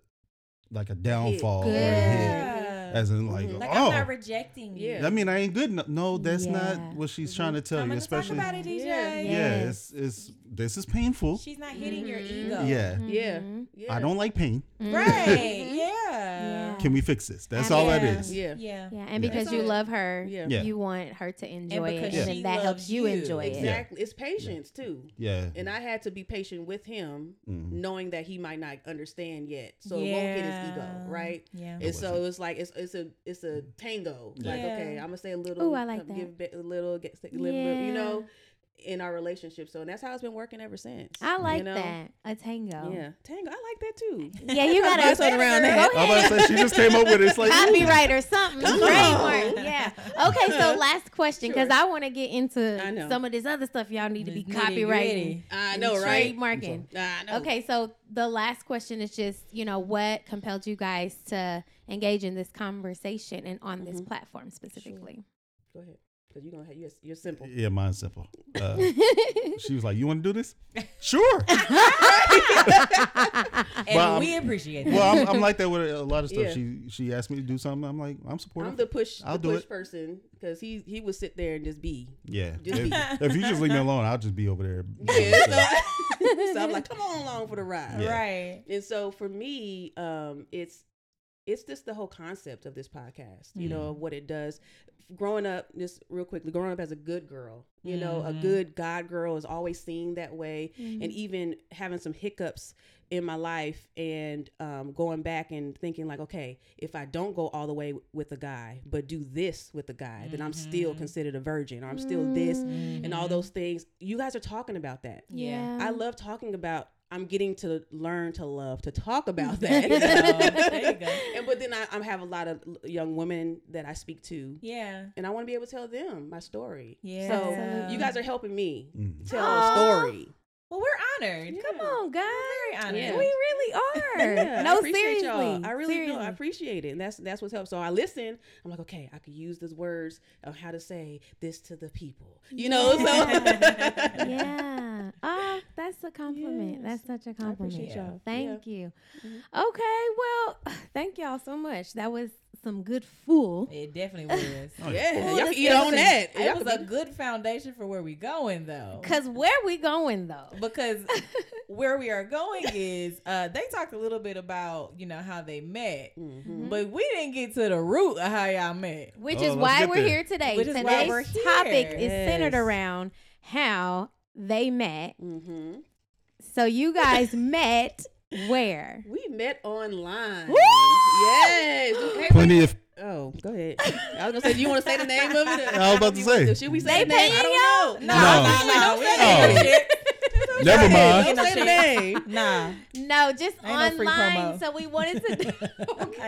Speaker 5: like a downfall or a hit.
Speaker 3: Yeah.
Speaker 5: As in, like,
Speaker 4: Mhm.
Speaker 3: Mm-hmm. Like
Speaker 5: oh,
Speaker 3: I'm not rejecting you.
Speaker 4: Yeah.
Speaker 5: I mean, I ain't good. No, no that's
Speaker 1: Yeah.
Speaker 5: not what she's
Speaker 4: Mhm.
Speaker 5: trying to tell
Speaker 3: I'm
Speaker 5: you.
Speaker 3: gonna
Speaker 5: Especially,
Speaker 3: talk about it, DJ.
Speaker 4: Yeah.
Speaker 5: yeah,
Speaker 1: Yes.
Speaker 5: it's it's this is painful.
Speaker 3: She's not hitting your
Speaker 1: Mhm.
Speaker 3: ego.
Speaker 5: Yeah.
Speaker 4: Yeah.
Speaker 1: Mhm.
Speaker 4: Yeah.
Speaker 5: I don't like pain.
Speaker 1: Mhm.
Speaker 3: Right.
Speaker 4: Mhm.
Speaker 3: yeah.
Speaker 5: Can we fix this? That's all that
Speaker 1: Yeah.
Speaker 5: is.
Speaker 4: Yeah.
Speaker 3: Mm-hmm. Yeah.
Speaker 1: Yeah. And
Speaker 5: Yeah.
Speaker 1: because you
Speaker 4: It's all-
Speaker 1: love her,
Speaker 4: Yeah.
Speaker 5: Yeah.
Speaker 1: you want her to enjoy it.
Speaker 3: because
Speaker 1: And then
Speaker 3: she
Speaker 1: that helps
Speaker 3: loves
Speaker 1: you
Speaker 3: you.
Speaker 1: enjoy it.
Speaker 4: Exactly. It's patience too.
Speaker 5: Yeah.
Speaker 4: And I had to be patient with him,
Speaker 5: Mhm.
Speaker 4: knowing that he might not understand yet, so it won't hit his ego,
Speaker 3: Yeah.
Speaker 4: right?
Speaker 3: Yeah.
Speaker 4: And so it's like it's it's a it's
Speaker 5: Mm-hmm.
Speaker 4: a tango. Like
Speaker 3: Yeah.
Speaker 4: okay, I'm gonna say a little,
Speaker 1: Ooh, I like that.
Speaker 4: give ba- a little, get a little,
Speaker 1: Yeah.
Speaker 4: you know, in our relationship. So and that's how it's been working ever since.
Speaker 1: I like
Speaker 4: you know?
Speaker 1: that. A tango.
Speaker 4: Yeah, tango. I like that too.
Speaker 1: Yeah, you gotta
Speaker 4: Bounce on around that.
Speaker 1: Go
Speaker 5: I'm about to say she just came up with it. It's like ooh.
Speaker 1: copyright or something. Trademark.
Speaker 4: on.
Speaker 1: Yeah. Okay, so last question, because I want to get
Speaker 4: I
Speaker 1: into
Speaker 4: know.
Speaker 1: some of this other stuff y'all need to be
Speaker 3: Nitty
Speaker 1: copywriting.
Speaker 3: gritty.
Speaker 4: I
Speaker 1: and
Speaker 4: know, right?
Speaker 1: Trademarking.
Speaker 4: I know.
Speaker 1: Okay, so the last question is just, you know, what compelled you guys to engage in this conversation and on this
Speaker 4: Mhm.
Speaker 1: platform specifically?
Speaker 4: Go ahead. because you're gonna have you're, you're simple.
Speaker 5: Yeah, mine's simple. Uh, she was like, "You want to do this? Sure."
Speaker 3: And
Speaker 5: Well,
Speaker 3: we
Speaker 5: I'm-
Speaker 3: appreciate that.
Speaker 5: well, I'm, I'm like that with a lot of stuff.
Speaker 4: Yeah.
Speaker 5: She she asked me to do something. I'm like, I'm supportive.
Speaker 4: I'm the push
Speaker 5: I'll
Speaker 4: the
Speaker 5: do
Speaker 4: push
Speaker 5: it.
Speaker 4: person because he he would sit there and just be.
Speaker 5: yeah.
Speaker 4: Just be-
Speaker 5: If, if you just leave me alone, I'll just be over there. by myself.
Speaker 4: Yeah, so, so I'm like, come on along for the ride.
Speaker 5: Yeah.
Speaker 3: Right.
Speaker 4: And so for me, um, it's it's just the whole concept of this podcast, you
Speaker 5: Mm-hmm.
Speaker 4: know, of what it does. Growing up, just real quickly, growing up as a good girl, you know, a
Speaker 1: Mm-hmm.
Speaker 3: Mhm.
Speaker 4: good God girl is always seen that way.
Speaker 1: Mhm.
Speaker 4: And even having some hiccups in my life and um, going back and thinking, like, okay, if I don't go all the way with a guy, but do this with a guy, then I'm still
Speaker 3: Mhm.
Speaker 4: considered a virgin or I'm still this
Speaker 3: Mm-hmm.
Speaker 1: Mm.
Speaker 4: and all those things. You guys are talking about that.
Speaker 3: Yeah.
Speaker 4: I love talking about. I'm getting to learn to love to talk about that.
Speaker 3: There you go. There you go.
Speaker 4: And but then I, I have a lot of l- young women that I speak to,
Speaker 3: Yeah.
Speaker 4: and I want to be able to tell them my story.
Speaker 3: Yeah.
Speaker 4: So you guys are helping me
Speaker 5: Mm.
Speaker 4: tell
Speaker 3: Aw.
Speaker 4: a story.
Speaker 3: Well, we're honored.
Speaker 1: Come on, guys.
Speaker 3: We're very honored.
Speaker 4: Yeah.
Speaker 1: We really are.
Speaker 4: Yeah, I
Speaker 1: no,
Speaker 4: appreciate
Speaker 1: seriously.
Speaker 4: y'all. I really do. I
Speaker 1: seriously.
Speaker 4: appreciate it, and that's that's what's helped. So I listen. I'm like, okay, I could use these words of how to say this to the people. You know, so
Speaker 1: yeah. Ah, that's a compliment.
Speaker 4: Yes.
Speaker 1: That's such a
Speaker 4: I appreciate
Speaker 1: compliment.
Speaker 4: y'all.
Speaker 1: Thank you.
Speaker 4: Mhm.
Speaker 3: Mm-hmm.
Speaker 1: Okay, well, thank y'all so much. That was some good fool.
Speaker 3: It definitely was.
Speaker 5: Oh,
Speaker 4: yeah,
Speaker 3: Well,
Speaker 4: y'all
Speaker 3: this
Speaker 4: can eat
Speaker 3: is
Speaker 4: on
Speaker 3: a-
Speaker 4: that. Y'all
Speaker 3: It was
Speaker 4: can
Speaker 3: a good foundation for where we going though.
Speaker 1: Cause where we going though?
Speaker 3: Because where we are going is uh they talked a little bit about, you know, how they met.
Speaker 4: Mhm.
Speaker 3: But we didn't get to the root of how y'all met.
Speaker 1: Which
Speaker 5: Oh,
Speaker 1: is
Speaker 5: let's
Speaker 1: why
Speaker 5: get
Speaker 1: we're
Speaker 5: there.
Speaker 1: here today.
Speaker 3: Which is why
Speaker 1: Today's
Speaker 3: we're here.
Speaker 1: topic is centered
Speaker 4: Yes.
Speaker 1: around how they met.
Speaker 4: Mhm.
Speaker 1: So you guys met where?
Speaker 4: We met online.
Speaker 1: Woo!
Speaker 4: Yes. Okay.
Speaker 5: Plenty of
Speaker 4: Oh, go ahead. I was gonna say, do you want to say the name of it?
Speaker 5: I was about to
Speaker 4: You want
Speaker 5: say.
Speaker 4: Should we
Speaker 1: They
Speaker 4: say the name?
Speaker 1: paying
Speaker 4: I don't know.
Speaker 5: No.
Speaker 3: no, no, no.
Speaker 4: we
Speaker 5: ain't never mind.
Speaker 4: Don't say the name.
Speaker 3: Nah.
Speaker 1: No, just
Speaker 3: Ain't no free
Speaker 1: online.
Speaker 3: promo.
Speaker 1: so we wanted to.
Speaker 3: Ain't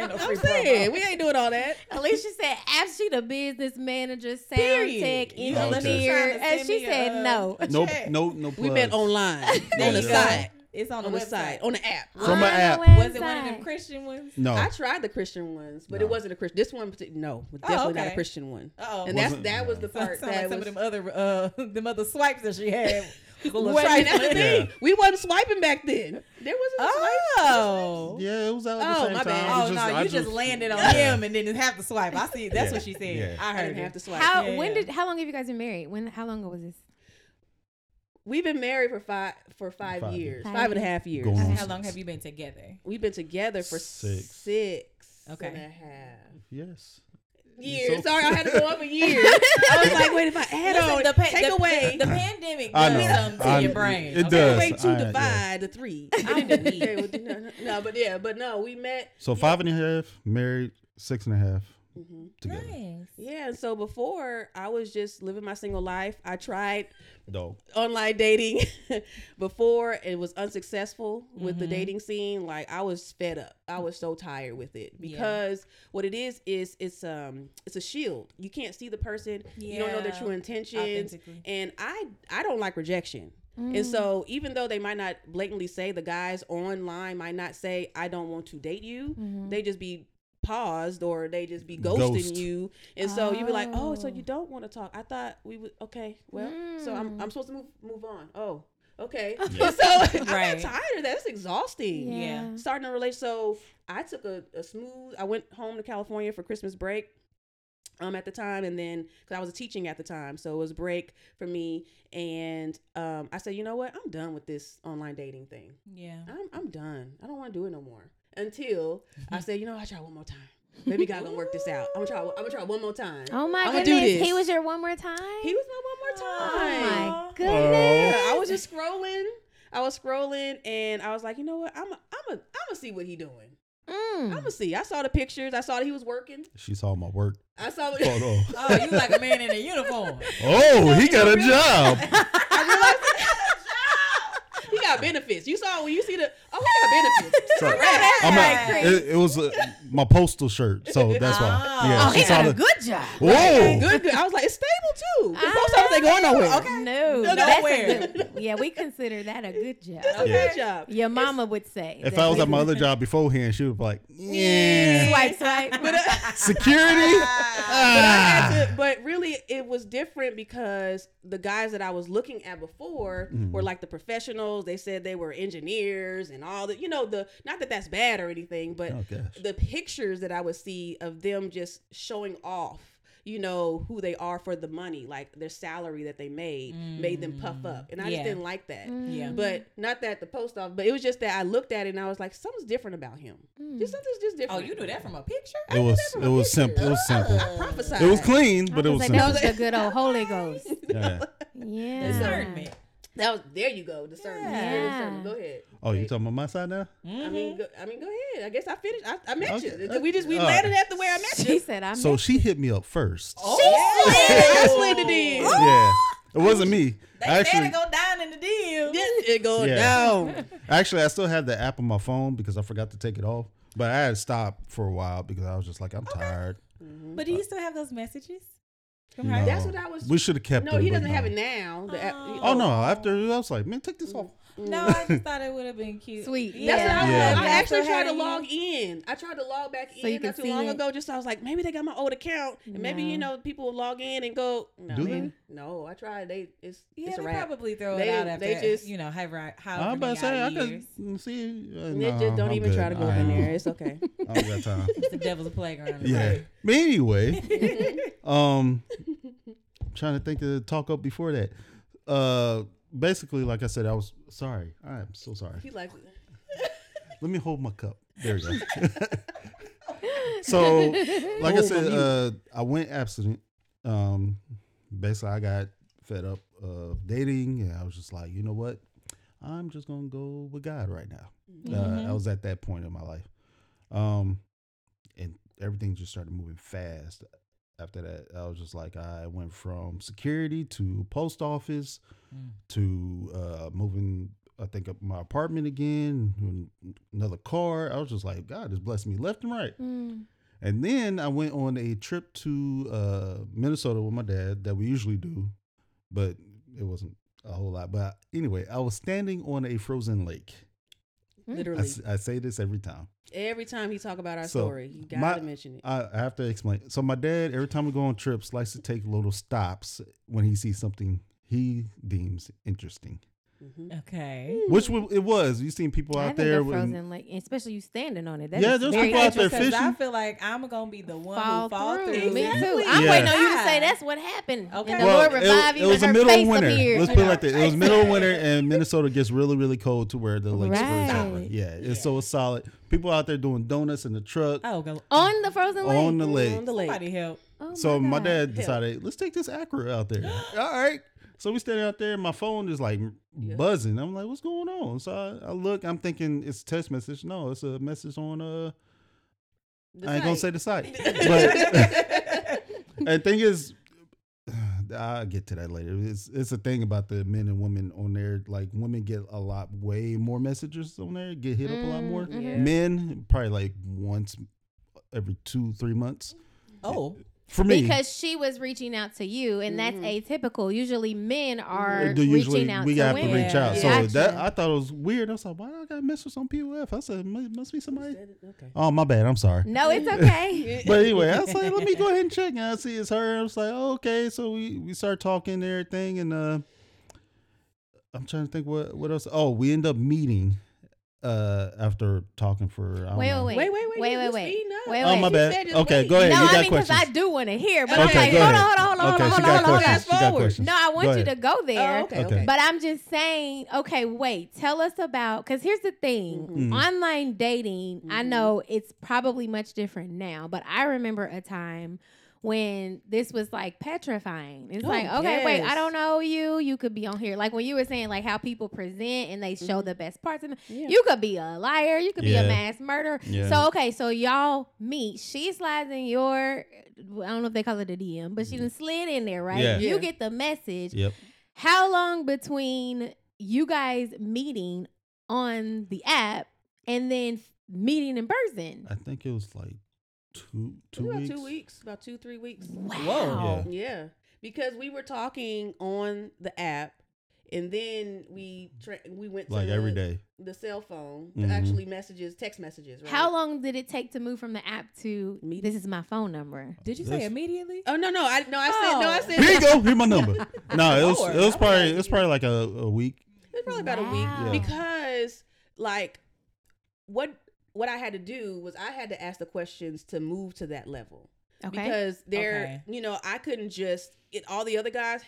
Speaker 3: no free
Speaker 4: I'm
Speaker 3: promo.
Speaker 4: saying we ain't doing all that.
Speaker 1: Alicia said, "Ask she the business manager, sound
Speaker 3: Period.
Speaker 1: tech
Speaker 3: You
Speaker 5: know, Alicia
Speaker 1: engineer,"
Speaker 3: trying to
Speaker 1: and
Speaker 3: send
Speaker 1: she
Speaker 3: me a,
Speaker 1: said,
Speaker 3: uh,
Speaker 1: "No."
Speaker 3: a
Speaker 5: no
Speaker 3: check.
Speaker 5: no no. Plugs.
Speaker 4: We met online
Speaker 5: There
Speaker 4: on the
Speaker 5: you go.
Speaker 4: side,
Speaker 3: It's on,
Speaker 4: on
Speaker 3: the
Speaker 4: the
Speaker 3: website.
Speaker 4: side, on the app.
Speaker 5: From
Speaker 1: On
Speaker 5: an
Speaker 1: the
Speaker 5: app.
Speaker 3: Was it one of them
Speaker 1: website.
Speaker 3: Christian ones?
Speaker 5: No.
Speaker 4: I tried the Christian ones, but
Speaker 5: Oh. No.
Speaker 4: it wasn't a Christian. This one, partic- no, definitely not
Speaker 3: okay.
Speaker 4: a Christian one.
Speaker 3: Oh,
Speaker 4: And that's
Speaker 5: Wasn't-
Speaker 4: that was
Speaker 5: no.
Speaker 4: the part
Speaker 3: Sound like
Speaker 4: that
Speaker 3: some
Speaker 4: was.
Speaker 3: of them other uh, them other swipes that she had. was a little
Speaker 4: Wait,
Speaker 3: trifling.
Speaker 4: that's the thing.
Speaker 5: Yeah.
Speaker 4: We wasn't swiping back then. There wasn't a swipe.
Speaker 3: Oh.
Speaker 5: Yeah, it was out at the
Speaker 4: Oh,
Speaker 5: same
Speaker 4: my
Speaker 5: time.
Speaker 4: bad.
Speaker 5: It
Speaker 3: Oh
Speaker 5: was
Speaker 3: no,
Speaker 5: I
Speaker 3: you just, landed on
Speaker 5: Yeah.
Speaker 3: him and didn't have to swipe. I see. That's
Speaker 5: Yeah.
Speaker 3: what she said.
Speaker 5: Yeah.
Speaker 3: I
Speaker 4: I
Speaker 3: heard.
Speaker 4: didn't
Speaker 3: it.
Speaker 4: have to swipe.
Speaker 1: How?
Speaker 3: Yeah,
Speaker 1: when
Speaker 3: yeah.
Speaker 1: did? How long have you guys been married? When? How long ago was this?
Speaker 4: We've been married for five for five,
Speaker 5: Five
Speaker 1: years.
Speaker 4: years, five and a half years.
Speaker 5: Going on
Speaker 3: How
Speaker 5: six.
Speaker 3: long have you been together?
Speaker 4: We've been together for
Speaker 5: Six.
Speaker 4: six, six
Speaker 3: Okay.
Speaker 4: okay. and a half
Speaker 5: Yes.
Speaker 4: years.
Speaker 5: so-
Speaker 4: Sorry, I had to go up a year. I was like, wait, if I add
Speaker 3: Listen,
Speaker 4: on,
Speaker 3: the pa-
Speaker 4: take
Speaker 3: the-
Speaker 4: away,
Speaker 3: The pandemic
Speaker 5: I
Speaker 3: does
Speaker 5: know.
Speaker 3: something to
Speaker 5: I-
Speaker 3: your brain.
Speaker 5: it
Speaker 3: okay?
Speaker 5: does.
Speaker 4: take away two
Speaker 5: I- yeah.
Speaker 4: divide the three.
Speaker 3: I'm weak.
Speaker 4: Okay, well, no, no, no, but yeah, but no, we met.
Speaker 5: So five and a half, married six and a half
Speaker 4: Mhm.
Speaker 5: together.
Speaker 3: Nice.
Speaker 4: Yeah, and so before I was just living my single life. I tried
Speaker 5: Dog.
Speaker 4: online dating before it was unsuccessful with
Speaker 3: Mm-hmm.
Speaker 4: the dating scene like i was fed up i was so tired with it
Speaker 3: Yeah.
Speaker 4: because what it is is it's um it's a shield you can't see the person you don't know their
Speaker 3: Yeah.
Speaker 4: true intentions
Speaker 3: Authentically.
Speaker 4: and i i don't like rejection
Speaker 1: Mm.
Speaker 4: and so even though they might not blatantly say the guys online might not say i don't want to date you
Speaker 1: Mm-hmm.
Speaker 4: they just be paused or they just be ghosting
Speaker 5: Ghost.
Speaker 4: you and so you be like oh so
Speaker 1: Oh.
Speaker 4: you don't want to talk i thought we would okay well so I'm,
Speaker 1: Mm.
Speaker 4: I'm supposed to move move on oh okay
Speaker 5: Yeah.
Speaker 4: so i'm
Speaker 3: Right.
Speaker 4: not tired of that that's exhausting
Speaker 3: Yeah.
Speaker 4: starting a relationship so i took a, a smooth i went home to california for christmas break um at the time and then because i was teaching at the time so it was break for me and um i said you know what i'm done with this online dating thing
Speaker 3: Yeah.
Speaker 4: I'm, I'm done. I don't want to do it no more. Until I say, you know, I try one more time. Maybe God gonna work this out. I'm gonna try. I'm gonna try one more time.
Speaker 1: Oh my
Speaker 4: I'ma do
Speaker 1: goodness!
Speaker 4: this.
Speaker 1: He was your one more time.
Speaker 4: He was my one more time.
Speaker 1: Oh my
Speaker 3: Aw.
Speaker 1: goodness!
Speaker 4: Yeah, I was just scrolling. I was scrolling, and I was like, you know what? I'm a, I'm a, I'm gonna see what he doing.
Speaker 1: Mm.
Speaker 4: I'm gonna see. I saw the pictures. I saw that he was working.
Speaker 5: She saw my work
Speaker 4: I saw. What,
Speaker 5: photo.
Speaker 3: Oh, you like a man in a uniform.
Speaker 5: oh, he got a job.
Speaker 4: he got got benefits. You saw when you see the oh, we got benefits.
Speaker 5: So,
Speaker 4: Right.
Speaker 5: I'm
Speaker 1: Right.
Speaker 5: a- it, it was uh, my postal shirt, so that's why. Yeah,
Speaker 1: oh, he
Speaker 5: she saw
Speaker 1: got a
Speaker 5: the.
Speaker 1: good job.
Speaker 5: Whoa!
Speaker 4: Good, good. I was like, it's stable too. 'Cause
Speaker 1: I
Speaker 4: most times they going nowhere. Okay,
Speaker 1: No,
Speaker 4: No,
Speaker 1: that's
Speaker 4: nowhere.
Speaker 1: a good. Yeah, we consider that a good job.
Speaker 4: okay.
Speaker 5: Yeah.
Speaker 4: Good job.
Speaker 1: Your mama would say.
Speaker 5: If
Speaker 1: that
Speaker 5: I was
Speaker 1: we-
Speaker 5: at my other job beforehand, she would be like, "Yeah,
Speaker 1: swipe, swipe.
Speaker 3: uh,
Speaker 5: security."
Speaker 4: But, I
Speaker 5: Ah.
Speaker 4: had to, but really, it was different because the guys that I was looking at before
Speaker 5: Mm-hmm.
Speaker 4: were like the professionals. They said they were engineers and all the, you know, the not that that's bad or anything, but
Speaker 5: Oh, gosh.
Speaker 4: the pictures that I would see of them just showing off, you know, who they are for the money, like their salary that they made, made them puff
Speaker 5: Mm.
Speaker 4: up, and I
Speaker 3: Yeah.
Speaker 4: just didn't like that.
Speaker 5: Mm-hmm.
Speaker 3: Yeah.
Speaker 4: But not that the post office, but it was just that I looked at it and I was like, something's different about him.
Speaker 5: Mm.
Speaker 4: Just something's just
Speaker 3: Oh,
Speaker 4: different.
Speaker 3: you knew that from a picture?
Speaker 5: It was it was simple. It was simple.
Speaker 4: Prophesied.
Speaker 5: It was clean, but it was
Speaker 1: like, that
Speaker 5: simple.
Speaker 1: was the good old Holy Ghost.
Speaker 5: Yeah.
Speaker 1: Yeah.
Speaker 3: Discernment.
Speaker 4: That was there. You go. Discernment.
Speaker 1: Yeah.
Speaker 4: Yeah. discernment. Go ahead.
Speaker 5: Oh, you talking about my side now?
Speaker 4: I mean, go, I mean, go ahead. I guess I finished. I, I met
Speaker 5: Mm-hmm. Okay,
Speaker 4: you. We just we
Speaker 5: okay.
Speaker 4: landed at the way I met
Speaker 1: She
Speaker 4: you.
Speaker 1: said, "I'm."
Speaker 5: So she hit me up first.
Speaker 3: Oh,
Speaker 4: I slid it in.
Speaker 5: Yeah, it wasn't me. Actually,
Speaker 3: go down in the deal.
Speaker 4: Yes, it go
Speaker 5: Yeah.
Speaker 4: down.
Speaker 5: actually, I still had the app on my phone because I forgot to take it off. But I had to stop for a while because I was just like, I'm tired.
Speaker 3: But do you still have those messages? From
Speaker 5: No.
Speaker 3: her?
Speaker 4: That's what I was.
Speaker 5: We should have kept.
Speaker 4: no, he
Speaker 5: but
Speaker 4: doesn't have
Speaker 5: no.
Speaker 4: it now. The app-
Speaker 3: Oh.
Speaker 5: Oh no! After I was like, man, take this off.
Speaker 3: No, I just thought it would have been cute.
Speaker 1: Sweet.
Speaker 4: That's
Speaker 1: Yeah.
Speaker 4: what I,
Speaker 5: Yeah.
Speaker 4: was. I
Speaker 3: Yeah.
Speaker 4: actually
Speaker 3: So
Speaker 4: tried to
Speaker 3: how do you-
Speaker 4: log in. I tried to log back
Speaker 1: So you
Speaker 4: in
Speaker 1: can
Speaker 4: not too
Speaker 1: see
Speaker 4: long
Speaker 1: it.
Speaker 4: ago. Just I was like, maybe they got my old account, and maybe you
Speaker 1: No.
Speaker 4: know people will log in and go. No,
Speaker 5: Do
Speaker 4: they-
Speaker 5: they?
Speaker 4: No, I tried. They it's
Speaker 3: Yeah,
Speaker 4: it's a
Speaker 3: they
Speaker 4: wrap.
Speaker 3: probably throw
Speaker 4: They-
Speaker 3: it out after,
Speaker 4: they just-
Speaker 3: you know, however, however
Speaker 5: I'm about to say I
Speaker 3: many years.
Speaker 5: could mm, see. Uh,
Speaker 4: They
Speaker 5: nah,
Speaker 4: just don't
Speaker 5: I'm
Speaker 4: even
Speaker 5: good.
Speaker 4: try to go
Speaker 5: I
Speaker 4: in
Speaker 5: ain't-
Speaker 4: there. It's okay.
Speaker 5: I don't got time.
Speaker 3: It's the devil's playground.
Speaker 5: Yeah.
Speaker 3: Right.
Speaker 5: But anyway, um, I'm trying to think of the talk up before that. Uh, basically, like I said, I was sorry. I'm so sorry.
Speaker 4: He like
Speaker 5: Let me hold my cup. There you go. so, like I said, uh, I went abstinent. Um, basically, I got fed up of dating, and I was just like, you know what? I'm just gonna go with God right now. Uh, I was at that point in my life, um, and everything just started moving fast. After that, I was just like, I went from security to post office to uh, moving. I think up my apartment again, and another car. I was just like, God has blessed me left and right.
Speaker 1: Mm.
Speaker 5: And then I went on a trip to uh, Minnesota with my dad that we usually do, but it wasn't a whole lot. But anyway, I was standing on a frozen lake. I,
Speaker 4: literally
Speaker 5: s- I say this every time.
Speaker 4: every time he talk about our
Speaker 5: So,
Speaker 4: story, you gotta
Speaker 5: my-
Speaker 4: mention it.
Speaker 5: I, I have to explain. So my dad, every time we go on trips, likes to take little stops when he sees something he deems interesting.
Speaker 3: Okay.
Speaker 5: Which wa- it was. You seen people
Speaker 1: I
Speaker 5: out
Speaker 1: think
Speaker 5: there.
Speaker 1: a
Speaker 5: with-
Speaker 1: frozen lake, especially you standing on it. That
Speaker 5: Yeah,
Speaker 1: is
Speaker 5: there's
Speaker 1: very
Speaker 5: people out there
Speaker 1: interesting.
Speaker 3: Because I
Speaker 5: fishing.
Speaker 3: feel like I'm gonna be the one
Speaker 1: Fall
Speaker 3: who fall
Speaker 1: through.
Speaker 3: through.
Speaker 1: Me too.
Speaker 3: Exactly.
Speaker 1: I'm
Speaker 5: Yeah.
Speaker 1: waiting on you to
Speaker 3: Yeah.
Speaker 1: say that's what happened.
Speaker 3: Okay.
Speaker 1: And the
Speaker 3: Well,
Speaker 1: Lord revived
Speaker 5: it,
Speaker 1: you.
Speaker 5: it
Speaker 1: and
Speaker 5: was a
Speaker 1: her
Speaker 5: middle
Speaker 1: face
Speaker 5: of winter.
Speaker 1: appeared.
Speaker 5: Let's put it like that. It was middle of winter, and Minnesota gets really, really cold to where the lake's frozen.
Speaker 1: Right.
Speaker 5: Yeah, it's so it's solid. People out there doing donuts in the truck
Speaker 3: Oh, go.
Speaker 1: on the frozen lake.
Speaker 5: on the lake.
Speaker 4: On the lake.
Speaker 3: Somebody help.
Speaker 1: Oh
Speaker 5: so my,
Speaker 1: God.
Speaker 5: dad decided, let's take this Acura out there. All right. So we standing out there, and my phone is like buzzing. I'm like, what's going on? So I, I look, I'm thinking it's a text message. No, it's a message on uh
Speaker 4: The
Speaker 5: I ain't gonna
Speaker 4: site.
Speaker 5: say the site. But and thing is, I'll get to that later. It's it's a thing about the men and women on there. Like women get a lot way more messages on there, get hit up a lot
Speaker 1: Mm-hmm.
Speaker 5: more.
Speaker 1: Mm,
Speaker 5: Men probably like once every two three months
Speaker 3: Oh,
Speaker 5: for me.
Speaker 1: Because she was reaching out to you, and that's
Speaker 3: Mm-hmm.
Speaker 1: atypical. Usually, men are
Speaker 5: do usually
Speaker 1: reaching out
Speaker 5: we
Speaker 1: to
Speaker 5: have
Speaker 1: women.
Speaker 5: to reach out. So
Speaker 1: Gotcha.
Speaker 5: that I thought it was weird. I was like, why do I got messages on POF? I said, must must be somebody. Oh my bad. I'm sorry.
Speaker 1: no, it's okay.
Speaker 5: but anyway, I was like, let me go ahead and check. And I see it's her. I was like, oh, okay. So we we start talking and everything, and uh, I'm trying to think what what else. Oh, we end up meeting uh after talking for I don't
Speaker 1: Wait,
Speaker 5: know.
Speaker 1: wait,
Speaker 4: Wait, wait, wait,
Speaker 1: wait,
Speaker 4: you
Speaker 1: wait,
Speaker 4: just
Speaker 1: wait,
Speaker 4: eating up.
Speaker 1: wait,
Speaker 5: Oh
Speaker 1: wait.
Speaker 5: my
Speaker 4: said
Speaker 5: bad.
Speaker 4: just
Speaker 5: Okay,
Speaker 4: wait.
Speaker 5: go ahead.
Speaker 1: no,
Speaker 5: you
Speaker 1: I
Speaker 5: got
Speaker 1: mean because
Speaker 5: questions.
Speaker 1: I do want to hear, but
Speaker 5: Okay,
Speaker 1: I'm
Speaker 5: go
Speaker 1: like, hold
Speaker 5: ahead.
Speaker 1: on, hold on, hold on,
Speaker 5: okay,
Speaker 1: hold
Speaker 5: she
Speaker 1: on, hold on,
Speaker 5: got
Speaker 1: hold on.
Speaker 5: questions. She got
Speaker 3: Fast
Speaker 5: questions.
Speaker 1: No, I want you
Speaker 5: ahead.
Speaker 1: to go there.
Speaker 4: Oh, okay,
Speaker 5: Okay.
Speaker 4: okay.
Speaker 1: But I'm just saying, okay, wait, tell us about because here's the thing
Speaker 4: Mm-hmm.
Speaker 1: online dating, I know it's probably much different now, but I remember a time when this was like petrifying. It's
Speaker 4: Oh,
Speaker 1: like, okay, wait, I
Speaker 4: yes.
Speaker 1: don't know you. You could be on here. Like when you were saying, like how people present and they show the best parts of them.
Speaker 4: Mm-hmm. Yeah.
Speaker 1: You could be a liar. You could be
Speaker 5: Yeah.
Speaker 1: a mass murderer.
Speaker 5: Yeah.
Speaker 1: So, okay, so y'all meet. She slides in your, I don't know if they call it a DM, but she done slid in there, right?
Speaker 5: Mm-hmm. Yeah.
Speaker 1: You
Speaker 4: Yeah.
Speaker 1: get the message.
Speaker 5: Yep.
Speaker 1: How long between you guys meeting on the app and then f- meeting in person.
Speaker 5: I think it was like two two
Speaker 4: about
Speaker 5: weeks.
Speaker 4: two weeks, about two three weeks.
Speaker 1: Wow.
Speaker 5: Yeah.
Speaker 4: Yeah, because we were talking on the app, and then we tra- we went
Speaker 5: Like
Speaker 4: to
Speaker 5: every
Speaker 4: the,
Speaker 5: day.
Speaker 4: the cell phone,
Speaker 5: Mhm.
Speaker 4: the actually messages, text messages. Right?
Speaker 1: How long did it take to move from the app to
Speaker 4: Meet-
Speaker 1: this is my phone number?
Speaker 3: Did you say
Speaker 5: That's-
Speaker 3: immediately?
Speaker 4: Oh no no I no I said no I
Speaker 3: Oh.
Speaker 4: said
Speaker 5: Here you go. Here's my number. No, it was
Speaker 3: Lord,
Speaker 5: it was
Speaker 4: I'm
Speaker 5: probably
Speaker 4: like-
Speaker 5: it was probably like a, a week.
Speaker 4: It's probably about
Speaker 1: Wow.
Speaker 4: a
Speaker 5: Yeah.
Speaker 4: week because like what what I had to do was I had to ask the questions to move to that level
Speaker 1: Okay.
Speaker 4: because they're
Speaker 3: Okay.
Speaker 4: you know I couldn't just it, all the other guys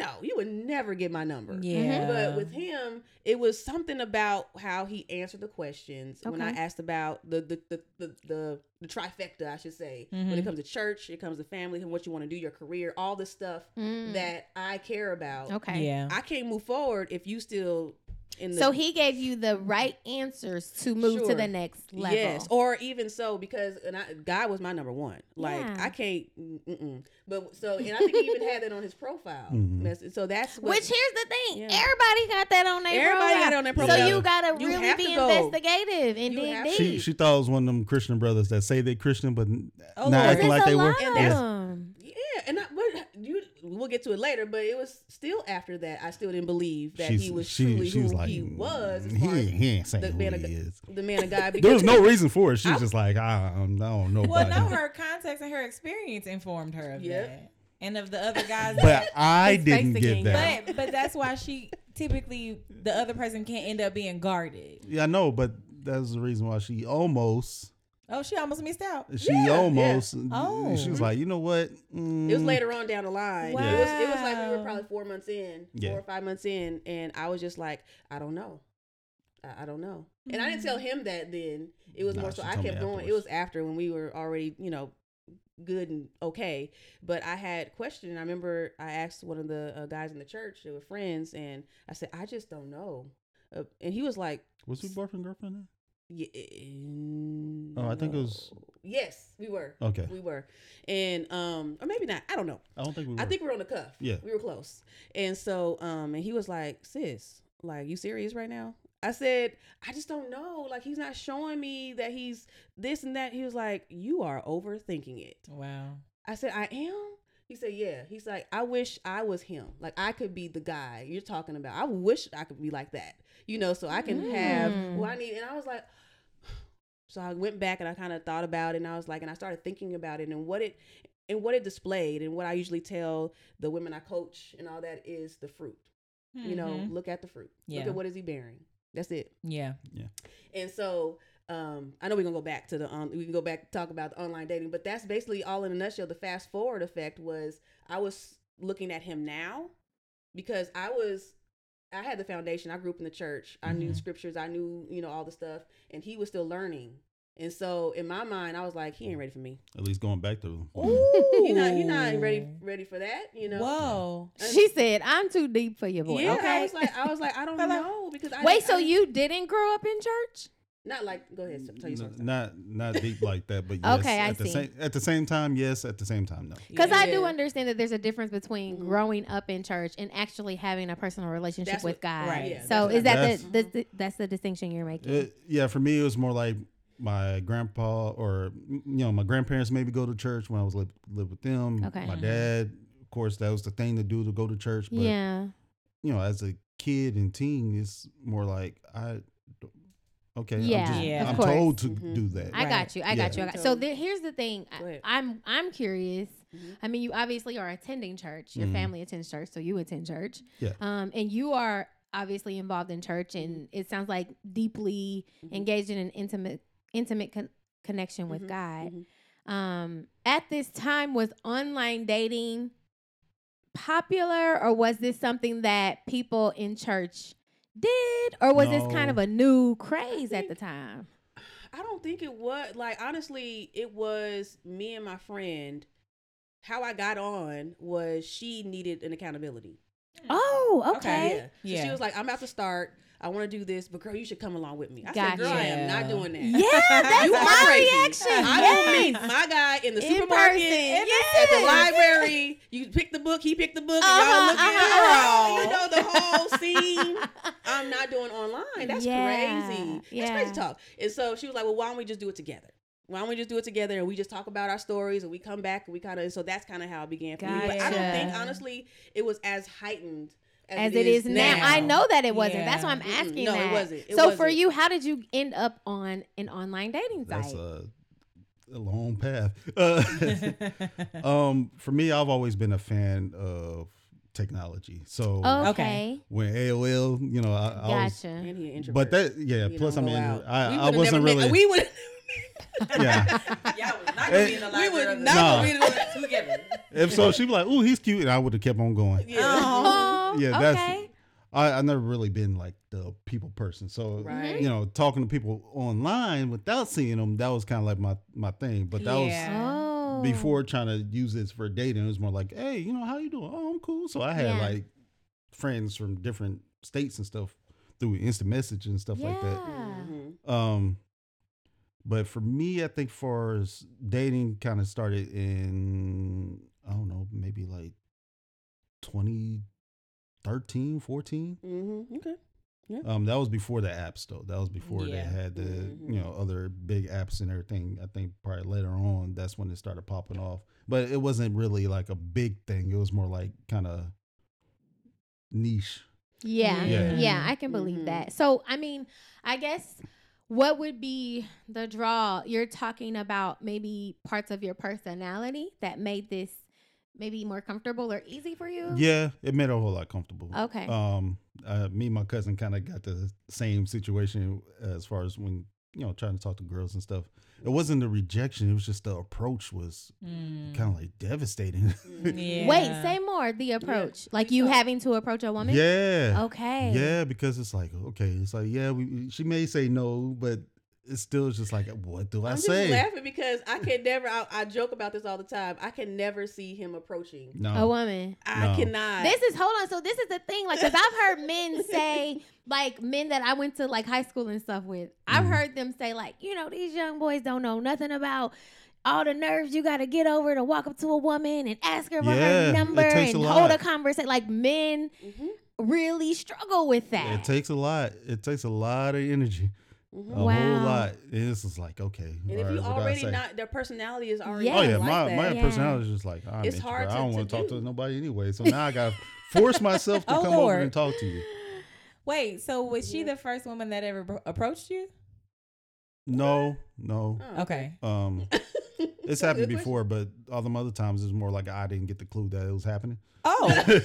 Speaker 4: no you would never get my
Speaker 5: Uh-huh.
Speaker 4: number
Speaker 1: Um,
Speaker 4: but with him it was something about how he answered the questions when I
Speaker 1: Okay.
Speaker 4: asked about the the the the, the, the trifecta I should say when
Speaker 3: Mhm.
Speaker 1: Mm-hmm.
Speaker 4: it comes to church it comes to family and what you want to do your career all the stuff
Speaker 1: Mm.
Speaker 4: that I care about
Speaker 1: okay.
Speaker 3: yeah.
Speaker 4: I can't move forward if you still in the
Speaker 1: So he gave you the right answers to move to
Speaker 4: Sure.
Speaker 1: the next level.
Speaker 4: yes Oh, or even so because and I, God was my number one like
Speaker 1: Yeah.
Speaker 4: I can't mm-mm. but so and I think he even had that on his profile
Speaker 5: Mhm.
Speaker 4: message. so that's what
Speaker 1: Which here's the thing,
Speaker 4: Yeah.
Speaker 1: everybody got that on their
Speaker 4: everybody
Speaker 1: profile.
Speaker 4: got on their
Speaker 5: So
Speaker 4: profile
Speaker 1: So you gotta
Speaker 4: You
Speaker 1: really
Speaker 4: have
Speaker 1: be
Speaker 4: to go.
Speaker 1: investigative and
Speaker 4: You
Speaker 1: dig
Speaker 4: have to.
Speaker 5: She
Speaker 1: deep.
Speaker 5: she thought it was one of them Christian brothers that say they're Christian but n-
Speaker 3: Oh,
Speaker 5: not
Speaker 3: Lord.
Speaker 5: acting like
Speaker 1: There's
Speaker 5: they
Speaker 1: a lot
Speaker 5: were.
Speaker 1: of
Speaker 4: that's-
Speaker 5: Yeah.
Speaker 1: them.
Speaker 4: yeah and I, but you we'll get to it later but it was still after that I still didn't believe that
Speaker 5: She's-
Speaker 4: he was
Speaker 5: she,
Speaker 4: truly
Speaker 5: she
Speaker 4: who
Speaker 5: was like,
Speaker 4: he was as
Speaker 5: He,
Speaker 4: far as
Speaker 5: ain't- he ain't saying
Speaker 4: the
Speaker 5: who
Speaker 4: man of
Speaker 5: he
Speaker 4: God-
Speaker 5: is.
Speaker 4: the man of God
Speaker 5: There
Speaker 4: because
Speaker 5: was no reason for it. She was
Speaker 4: I-
Speaker 5: just like, I, don't- I don't know
Speaker 3: Well,
Speaker 5: about
Speaker 3: no,
Speaker 5: that.
Speaker 3: her context and her experience informed her of
Speaker 4: Yep.
Speaker 3: that, and of the other guys.
Speaker 5: But I
Speaker 4: His face
Speaker 5: didn't
Speaker 4: again,
Speaker 5: get that.
Speaker 3: but but that's why she typically the other person can't end up being guarded.
Speaker 5: Yeah, I know, but that's the reason why she almost
Speaker 3: Oh, she almost missed out.
Speaker 5: she almost
Speaker 3: Oh.
Speaker 5: she was like, you know what?
Speaker 4: It was
Speaker 5: Mm,
Speaker 4: later on down the line. It, was, it was like we
Speaker 3: Wow.
Speaker 4: were probably four months in,
Speaker 5: Yeah.
Speaker 4: four or five months in, and I was just like, I don't know. I, I don't know. And I didn't tell him that then. It was
Speaker 5: Nah,
Speaker 4: more so
Speaker 5: she
Speaker 4: I
Speaker 5: told me
Speaker 4: kept going. It
Speaker 5: afterwards.
Speaker 4: was after when we were already, you know, good and okay. But I had questioned. I remember I asked one of the uh, guys in the church that were friends, and I said, I just don't know. Uh, and he was like,
Speaker 5: Was your boyfriend girlfriend? Then?
Speaker 4: yeah.
Speaker 5: Oh, I think it was- Oh,
Speaker 4: Yes, we were.
Speaker 5: Okay.
Speaker 4: We were. And um or maybe not. I don't know.
Speaker 5: I don't think we. Were.
Speaker 4: I think we were on the cuff.
Speaker 5: Yeah.
Speaker 4: We were close. And so, um, and he was like, sis, like, you serious right now? I said, I just don't know. Like, he's not showing me that he's this and that. He was like, You are overthinking it.
Speaker 3: Wow.
Speaker 4: I said, I am. He said, Yeah. He's like, I wish I was him. Like, I could be the guy you're talking about. I wish I could be like that, you know, so I can have
Speaker 1: Mm.
Speaker 4: what I need. And I was like, so I went back and I kind of thought about it, and I was like, and I started thinking about it, and what it, and what it displayed, and what I usually tell the women I coach and all that is the fruit. You know,
Speaker 3: Mhm.
Speaker 4: look at the fruit.
Speaker 3: Yeah.
Speaker 4: Look at what is he bearing. That's it.
Speaker 3: Yeah.
Speaker 4: And so um, I know we're gonna go back to the on we can go back talk about the online dating, but that's basically all in a nutshell. The fast forward effect was I was looking at him now because I was I had the foundation. I grew up in the church. I knew
Speaker 3: Mhm.
Speaker 1: Mm-hmm.
Speaker 4: scriptures. I knew you know all the stuff, and he was still learning. And so in my mind, I was like, he ain't ready for me.
Speaker 5: at least going back to.
Speaker 4: He not he not ready ready for that. You know.
Speaker 3: Whoa.
Speaker 4: And-
Speaker 1: She said, I'm too deep for your boy.
Speaker 4: Yeah,
Speaker 1: okay.
Speaker 4: I was like, I was like, I don't
Speaker 3: Hello.
Speaker 4: know because I
Speaker 1: Wait,
Speaker 4: I
Speaker 1: so you didn't grow up in church?
Speaker 4: not like go ahead tell you
Speaker 5: N-
Speaker 4: something.
Speaker 5: not not deep like that, but yes.
Speaker 1: Okay, I
Speaker 5: at the
Speaker 1: see.
Speaker 5: same at the same time, yes. At the same time, no.
Speaker 1: Because I do
Speaker 4: Yeah.
Speaker 1: understand that there's a difference between
Speaker 4: Mhm.
Speaker 1: growing up in church and actually having a personal relationship
Speaker 4: That's
Speaker 1: with
Speaker 4: what-
Speaker 1: God.
Speaker 3: right, yeah,
Speaker 1: so
Speaker 4: that's
Speaker 1: is
Speaker 4: what
Speaker 5: I-
Speaker 1: that the, the, the that's the distinction you're making?
Speaker 5: It, yeah, for me, it was more like my grandpa or you know my grandparents maybe go to church when I was live live with them.
Speaker 1: Okay. Mm-hmm.
Speaker 5: My dad, of course, that was the thing to do to go to church. But
Speaker 1: yeah.
Speaker 5: you know, as a kid and teen, it's more like I. Okay,
Speaker 1: Yeah,
Speaker 5: I'm, just,
Speaker 3: Yeah. of
Speaker 5: I'm
Speaker 1: course. Mm-hmm.
Speaker 5: told to
Speaker 4: Mhm.
Speaker 5: do that.
Speaker 1: I
Speaker 3: Right.
Speaker 1: got you. I got
Speaker 5: Yeah.
Speaker 1: you. I got, so there, here's the thing.
Speaker 4: Go
Speaker 1: I,
Speaker 4: ahead.
Speaker 1: I'm I'm curious.
Speaker 4: Mhm.
Speaker 1: I mean, you obviously are attending church. Your
Speaker 5: Mhm.
Speaker 1: family attends church, so you attend church.
Speaker 5: Yeah.
Speaker 1: Um, and you are obviously involved in church, and
Speaker 4: Mm-hmm.
Speaker 1: it sounds like deeply
Speaker 4: Mhm.
Speaker 1: engaged in an intimate intimate con- connection with
Speaker 4: Mhm.
Speaker 1: God.
Speaker 4: Mhm.
Speaker 1: Um, at this time, was online dating popular, or was this something that people in church did, or was this kind
Speaker 5: No.
Speaker 1: of a new craze at
Speaker 4: think-
Speaker 1: the time?
Speaker 4: I don't think it was like honestly, it was me and my friend. How I got on was she needed an accountability.
Speaker 1: Oh,
Speaker 3: Okay.
Speaker 1: okay.
Speaker 4: Yeah. So
Speaker 3: Yeah.
Speaker 4: she was like, I'm about to start. I want to do this, but girl, you should come along with me. I said, girl, I
Speaker 1: Gotcha.
Speaker 4: am not doing that.
Speaker 1: Yeah, that's
Speaker 4: You are
Speaker 1: my
Speaker 4: crazy.
Speaker 1: reaction.
Speaker 4: I
Speaker 1: yes.
Speaker 4: don't meet my guy in the
Speaker 1: In
Speaker 4: supermarket,
Speaker 1: person.
Speaker 4: in the-
Speaker 1: Yes.
Speaker 4: at the library. You pick the book, he picked the book,
Speaker 1: Uh-huh,
Speaker 4: and y'all
Speaker 1: uh-huh.
Speaker 4: looking. at it. You know the whole scene. I'm not doing online. That's
Speaker 1: Yeah,
Speaker 4: crazy. That's
Speaker 1: yeah.
Speaker 4: crazy talk. And so she was like, well, why don't we just do it together? Why don't we just do it together and we just talk about our stories and we come back and we kind of so that's kind of how it began for me. But I don't think
Speaker 1: Gotcha.
Speaker 4: honestly it was as heightened as,
Speaker 1: As it is now. I know that it wasn't. That's
Speaker 3: Yeah.
Speaker 1: why I'm
Speaker 4: Mm-mm.
Speaker 1: asking
Speaker 4: No, it
Speaker 1: that.
Speaker 4: wasn't. It
Speaker 1: so for
Speaker 4: wasn't.
Speaker 1: you, how did you end up on an online dating site?
Speaker 5: That's a, a long path. Uh, um, for me, I've always been a fan of technology. So
Speaker 4: Oh.
Speaker 1: okay.
Speaker 3: Okay.
Speaker 5: when AOL, you know, I, I was.
Speaker 1: Gotcha.
Speaker 4: And he an introvert.
Speaker 5: But that, yeah.
Speaker 4: You
Speaker 5: Plus,
Speaker 4: know,
Speaker 5: I'm
Speaker 4: go
Speaker 5: in.
Speaker 4: out.
Speaker 5: I,
Speaker 4: We
Speaker 5: I
Speaker 4: would've
Speaker 5: wasn't
Speaker 4: never met-
Speaker 5: really.
Speaker 4: we would.
Speaker 5: yeah.
Speaker 2: Y'all was not
Speaker 5: Hey,
Speaker 2: gonna be in the
Speaker 4: We
Speaker 2: library.
Speaker 4: would
Speaker 2: other
Speaker 5: No.
Speaker 4: not. we would've-
Speaker 2: than- together.
Speaker 5: If so, she'd be like, "Ooh, he's cute," and I would have kept on going.
Speaker 4: Yeah.
Speaker 1: Oh,
Speaker 5: Yeah,
Speaker 1: okay.
Speaker 5: that's- I, I never really been like the people person. So
Speaker 4: Mm-hmm. Right.
Speaker 5: you know, talking to people online without seeing them, that was kind of like my my thing. But that
Speaker 3: Yeah.
Speaker 1: Oh.
Speaker 5: was before trying to use this for dating. It was more like, hey, you know, how you doing? Oh, I'm cool. So I had
Speaker 1: Yeah.
Speaker 5: like friends from different states and stuff through instant message and stuff like that.
Speaker 4: Mhm.
Speaker 5: Um, but for me, I think far as dating kind of started in I don't know, maybe like 2013, 14.
Speaker 4: Mm-hmm. Okay.
Speaker 5: Um, that was before the apps though. That was before
Speaker 3: Yeah.
Speaker 5: they had the
Speaker 1: Mm-hmm.
Speaker 4: Mhm.
Speaker 5: you know other big apps and everything. I think probably later on that's when it started popping off. But it wasn't really like a big thing. It was more like kind of niche.
Speaker 1: Yeah.
Speaker 5: Yeah.
Speaker 1: Yeah, I can believe
Speaker 4: Mhm.
Speaker 1: that. So, I mean, I guess what would be the draw? You're talking about maybe parts of your personality that made this maybe more comfortable or easy for you?
Speaker 5: Yeah, it made it a whole lot comfortable.
Speaker 1: Oh. Okay.
Speaker 5: Um, uh, me and my cousin kind of got the same situation as far as when you know trying to talk to girls and stuff. It wasn't the rejection; it was just the approach was
Speaker 3: Hmm.
Speaker 1: Mm.
Speaker 5: kind of like devastating.
Speaker 1: Wait, say more. The approach. Like you having to approach a woman?
Speaker 5: yeah.
Speaker 1: Okay.
Speaker 5: Yeah, because it's like okay, it's like yeah, we, she may say no, but it's still just like what do I
Speaker 4: I'm just
Speaker 5: say?
Speaker 4: laughing because I can never. I, I joke about this all the time. I can never see him approaching.
Speaker 5: No,
Speaker 1: A woman.
Speaker 4: I
Speaker 5: No.
Speaker 4: cannot.
Speaker 1: This is hold on. So this is the thing, like, because I've heard men say, like, men that I went to like high school and stuff with. I've
Speaker 5: Mhm.
Speaker 1: heard them say, like, you know, these young boys don't know nothing about all the nerves you got to get over to walk up to a woman and ask her for
Speaker 5: Yeah,
Speaker 1: her
Speaker 5: it
Speaker 1: number
Speaker 5: takes a
Speaker 1: and hold a
Speaker 5: lot.
Speaker 1: conversation. Like, men
Speaker 4: Mhm,
Speaker 1: really struggle with
Speaker 5: it
Speaker 1: that.
Speaker 5: takes a lot. It takes a lot of energy,
Speaker 4: mhm.
Speaker 5: a
Speaker 1: Wow.
Speaker 5: whole lot. And it's just like okay,
Speaker 4: And
Speaker 5: Oh, all
Speaker 4: if
Speaker 5: right,
Speaker 4: you
Speaker 5: what do I
Speaker 4: already
Speaker 5: say?
Speaker 4: not, their personality is already.
Speaker 1: Yeah.
Speaker 5: oh yeah,
Speaker 4: like
Speaker 5: my
Speaker 4: that.
Speaker 5: my
Speaker 1: Yeah.
Speaker 5: personality is just like I,
Speaker 4: It's
Speaker 5: it's
Speaker 4: hard
Speaker 5: I
Speaker 4: to-
Speaker 5: don't want
Speaker 4: to
Speaker 5: to talk
Speaker 4: do.
Speaker 5: to nobody anyway. So now I gotta force myself to
Speaker 3: Oh,
Speaker 5: come over
Speaker 3: Lord.
Speaker 5: and talk to you.
Speaker 3: Wait, so was she the first woman that ever bro- approached you?
Speaker 5: No, no.
Speaker 4: Oh,
Speaker 3: Okay.
Speaker 5: Um, it's
Speaker 4: a
Speaker 5: happened
Speaker 4: good question.
Speaker 5: before, but all them other times it's more like I didn't get the clue that it was happening.
Speaker 3: Oh,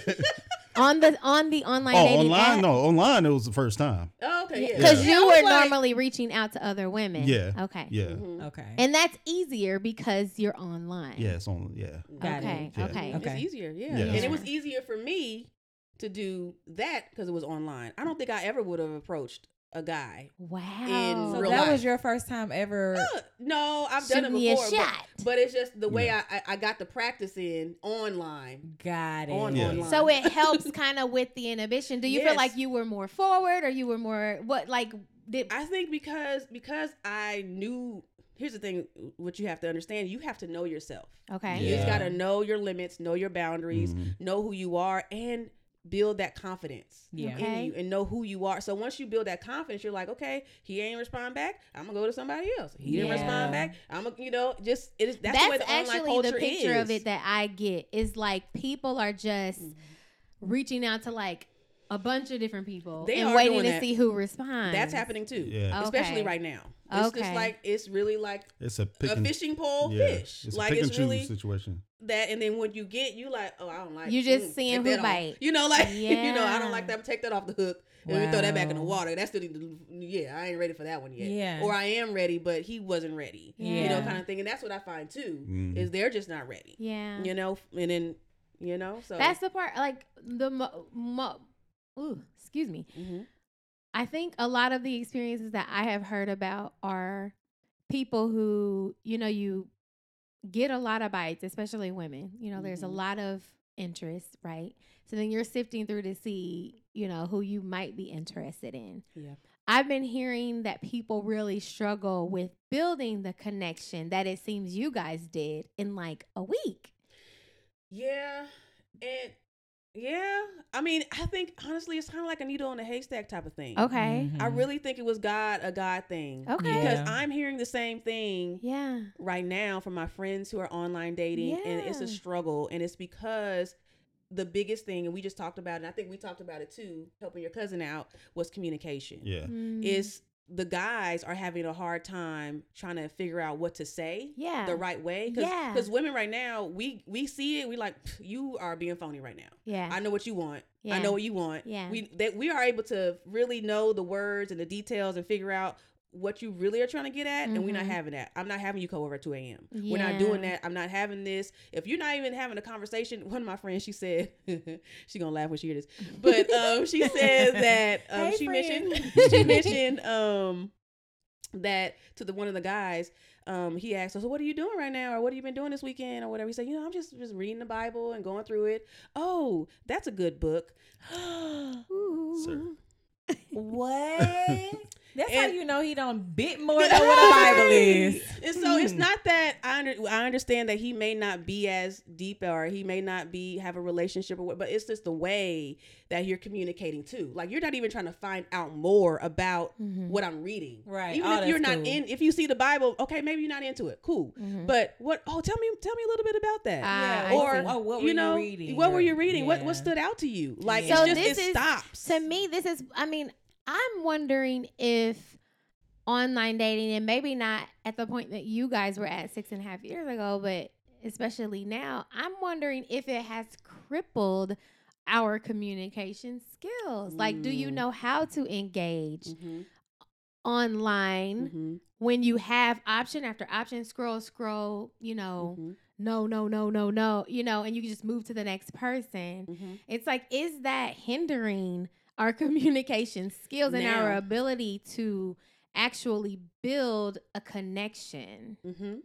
Speaker 1: on the on the online
Speaker 5: oh,
Speaker 1: dating
Speaker 5: online?
Speaker 1: app.
Speaker 5: No, online it was the first time.
Speaker 4: Oh, okay. Yeah.
Speaker 1: Because
Speaker 5: Yeah.
Speaker 1: you
Speaker 4: I
Speaker 1: were
Speaker 4: was like-
Speaker 1: normally reaching out to other women.
Speaker 5: Yeah.
Speaker 1: Okay.
Speaker 5: Yeah.
Speaker 4: Mhm.
Speaker 1: Mm-hmm.
Speaker 3: okay.
Speaker 1: And that's easier because you're online.
Speaker 5: Yeah, it's on. Yeah.
Speaker 3: Got it.
Speaker 1: Okay.
Speaker 5: Yeah.
Speaker 1: Okay.
Speaker 3: Okay.
Speaker 4: Oh, It's easier. Yeah.
Speaker 5: Yeah.
Speaker 4: And it was easier for me to do that because it was online. I don't think I ever would have approached a guy.
Speaker 1: Wow.
Speaker 4: In
Speaker 3: so
Speaker 4: real
Speaker 3: that
Speaker 4: life.
Speaker 3: was your first time ever.
Speaker 2: Oh,
Speaker 4: Uh, no, I've done
Speaker 1: Shoot
Speaker 4: it
Speaker 1: me a
Speaker 4: before. but-
Speaker 1: shot.
Speaker 4: But, it's just the way I, I I got the practice in online.
Speaker 3: Got it.
Speaker 4: On
Speaker 5: Yeah.
Speaker 4: online.
Speaker 1: So it helps kind of with the inhibition. Do you feel
Speaker 4: Yes.
Speaker 1: like you were more forward or you were more what like did
Speaker 4: I think because because I knew here's the thing what you have to understand, you have to know yourself.
Speaker 1: Okay.
Speaker 4: You just
Speaker 5: Yeah.
Speaker 4: got to know your limits, know your boundaries,
Speaker 5: Mhm.
Speaker 4: know who you are and build that confidence
Speaker 3: Yeah.
Speaker 1: Okay.
Speaker 4: in you and know who you are. So once you build that confidence, you're like, okay, he ain't respond back. I'm gonna go to somebody else. He didn't
Speaker 1: Yeah.
Speaker 4: respond back. I'm gonna, you know, just it is that's,
Speaker 1: that's
Speaker 4: the way the online
Speaker 1: actually
Speaker 4: culture
Speaker 1: the picture
Speaker 4: is.
Speaker 1: of it that I get is like people are just reaching out to like a bunch of different people
Speaker 4: Mm-hmm. They
Speaker 1: and
Speaker 4: are
Speaker 1: waiting
Speaker 4: doing
Speaker 1: to
Speaker 4: that.
Speaker 1: see who responds.
Speaker 4: that's happening too.
Speaker 5: Yeah.
Speaker 4: Especially
Speaker 1: Okay.
Speaker 4: right now. It's
Speaker 1: Okay.
Speaker 4: just like it's really like
Speaker 5: It's a pick
Speaker 4: a
Speaker 5: and
Speaker 4: fishing pole
Speaker 5: yeah,
Speaker 4: fish.
Speaker 5: It's
Speaker 4: like
Speaker 5: a pick and
Speaker 4: it's
Speaker 5: choose
Speaker 4: really
Speaker 5: situation.
Speaker 4: that and then when you get you like oh i don't like
Speaker 1: You just seeing
Speaker 4: take
Speaker 1: who
Speaker 4: that off.
Speaker 1: bite.
Speaker 4: you know like you know i
Speaker 1: Yeah.
Speaker 4: don't like that take that off the hook and we throw that back in the
Speaker 3: Wow.
Speaker 4: water that's still the- yeah i ain't ready for that one yet
Speaker 3: Yeah.
Speaker 4: or i am ready but he wasn't ready you know
Speaker 3: Yeah.
Speaker 4: kind of thing and that's what i find too
Speaker 5: Mhm.
Speaker 4: is they're just not ready
Speaker 1: Yeah.
Speaker 4: you know and then you know so
Speaker 1: That's the part like the mo- mo- ooh, excuse me.
Speaker 4: Mhm.
Speaker 1: I think a lot of the experiences that I have heard about are people who, you know, you get a lot of bites, Mm-hmm. especially women. You know, there's a
Speaker 4: Mhm.
Speaker 1: lot of interest, right? So then you're sifting through to see you know, who you might be interested in.
Speaker 4: Yeah.
Speaker 1: I've been hearing that people really struggle with building the connection that it seems you guys did in like a week.
Speaker 4: Yeah, and yeah. I mean, I think honestly, it's kind of like a needle in a haystack type of thing.
Speaker 1: Okay.
Speaker 4: I really think it was God, a God thing.
Speaker 1: Okay.
Speaker 4: Because
Speaker 3: Yeah.
Speaker 4: I'm hearing the same thing
Speaker 1: Yeah.
Speaker 4: right now from my friends who are online dating, and it's a
Speaker 1: Yeah.
Speaker 4: struggle. And it's because the biggest thing, and we just talked about it, and I think we talked about it too, helping your cousin out, was communication.
Speaker 5: Yeah.
Speaker 1: Mm.
Speaker 4: It's the guys are having a hard time trying to figure out what to say
Speaker 1: yeah.
Speaker 4: the right way. Because
Speaker 1: Yeah.
Speaker 4: women right now, we we see it, we like, "Pff, you are being phony right now.
Speaker 1: yeah.
Speaker 4: I know what you want. I
Speaker 1: Yeah.
Speaker 4: know what you want.
Speaker 1: Yeah.
Speaker 4: We that we are able to really know the words and the details and figure out what you really are trying to get at, and we're not
Speaker 1: Mhm.
Speaker 4: having that. I'm not having you come over at 2 a.m. We're not doing
Speaker 1: Yeah.
Speaker 4: that. I'm not having this. If you're not even having a conversation, one of my friends, she said, she gonna laugh when she hear this, but um, she says that um,
Speaker 3: Hey,
Speaker 4: she
Speaker 3: friend.
Speaker 4: mentioned
Speaker 5: Mm-hmm.
Speaker 4: she mentioned um that to the one of the guys. Um, he asked, "So what are you doing right now, or what have you been doing this weekend, or whatever?" He said, "You know, I'm just just reading the Bible and going through it. Oh, that's a good book." Mm-hmm.
Speaker 5: Sir.
Speaker 3: What? That's how
Speaker 4: And-
Speaker 3: you know he don't bit more than what a Bible is.
Speaker 4: And so it's
Speaker 3: Hmm.
Speaker 4: not that I under, I understand that he may not be as deep or he may not be have a relationship or what, but it's just the way that you're communicating too. Like you're not even trying to find out more about
Speaker 1: Mhm.
Speaker 4: what I'm reading.
Speaker 3: Mm-hmm. Right.
Speaker 4: Even
Speaker 3: Oh,
Speaker 4: if you're
Speaker 3: that's
Speaker 4: not
Speaker 3: cool. Mm-hmm.
Speaker 4: in if you see the Bible, okay, maybe you're not into it. Cool.
Speaker 1: Mhm.
Speaker 4: But what oh tell me tell me a little bit about that.
Speaker 1: Ah, I
Speaker 4: or
Speaker 1: see.
Speaker 3: oh, what were
Speaker 4: you know
Speaker 3: reading?
Speaker 4: what were
Speaker 3: Or-
Speaker 4: you reading? What what
Speaker 3: Yeah.
Speaker 4: stood out to you? Like
Speaker 3: So
Speaker 4: it's just
Speaker 1: this
Speaker 4: it
Speaker 1: is-
Speaker 4: stops.
Speaker 1: to me this is i mean i'm wondering if online dating and maybe not at the point that you guys were at six and a half years ago but especially now i'm wondering if it has crippled our communication skills like do you
Speaker 4: Mm.
Speaker 1: know how to engage
Speaker 4: Mhm,
Speaker 1: online
Speaker 4: mhm,
Speaker 1: when you have option after option scroll scroll you
Speaker 3: Oh.
Speaker 1: know
Speaker 4: mhm,
Speaker 1: no no no no no you know and you can just move to the next person
Speaker 4: mhm.
Speaker 1: it's like, is that hindering our communication skills and our
Speaker 4: Now.
Speaker 1: ability to actually build a connection?
Speaker 4: Mm-hmm.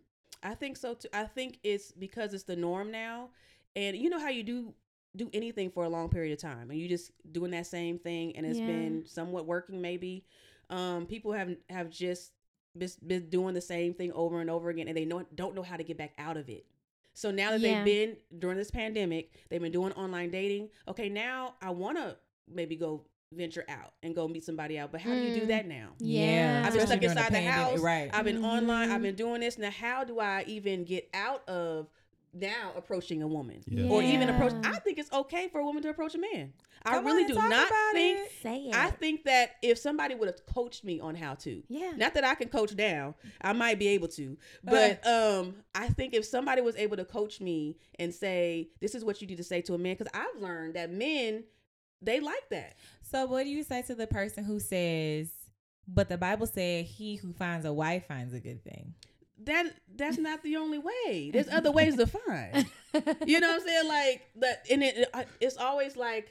Speaker 4: I think so too. I think it's because it's the norm now, and you know how you do do anything for a long period of time, and you just doing that same thing, and it's
Speaker 1: Yeah.
Speaker 4: been somewhat working. Maybe um, people have have just been, been doing the same thing over and over again, and they know, don't know how to get back out of it. So now that
Speaker 1: Yeah.
Speaker 4: they've been during this pandemic, they've been doing online dating. Okay, now I want to maybe go venture out and go meet somebody out, but how do you do
Speaker 1: Mm.
Speaker 4: that now?
Speaker 1: Yeah.
Speaker 4: I've been
Speaker 3: Especially
Speaker 4: stuck
Speaker 3: during
Speaker 4: inside the
Speaker 3: pandemic,
Speaker 4: house.
Speaker 3: Right.
Speaker 4: I've been online. I've
Speaker 1: Mhm.
Speaker 4: been doing this. Now, how do I even get out of now approaching a woman
Speaker 5: Yeah.
Speaker 4: or even approach?
Speaker 1: Yeah.
Speaker 4: I think it's okay for a woman to approach a man. I
Speaker 3: Come on
Speaker 4: really
Speaker 3: and
Speaker 4: do
Speaker 3: talk
Speaker 4: not
Speaker 3: about
Speaker 4: think.
Speaker 3: it.
Speaker 1: Say it.
Speaker 4: I think that if somebody would have coached me on how to,
Speaker 1: yeah.
Speaker 4: not that I can coach down, I might be able to, but um, I think if somebody was able to coach me and say, "This is what you need to say to a man," because I've learned that men they like that.
Speaker 3: So what do you say to the person who says, but the Bible said he who finds a wife finds a good thing?
Speaker 4: That that's not the only way. There's other ways to find. you know what I'm saying? Like that, and it, it's always like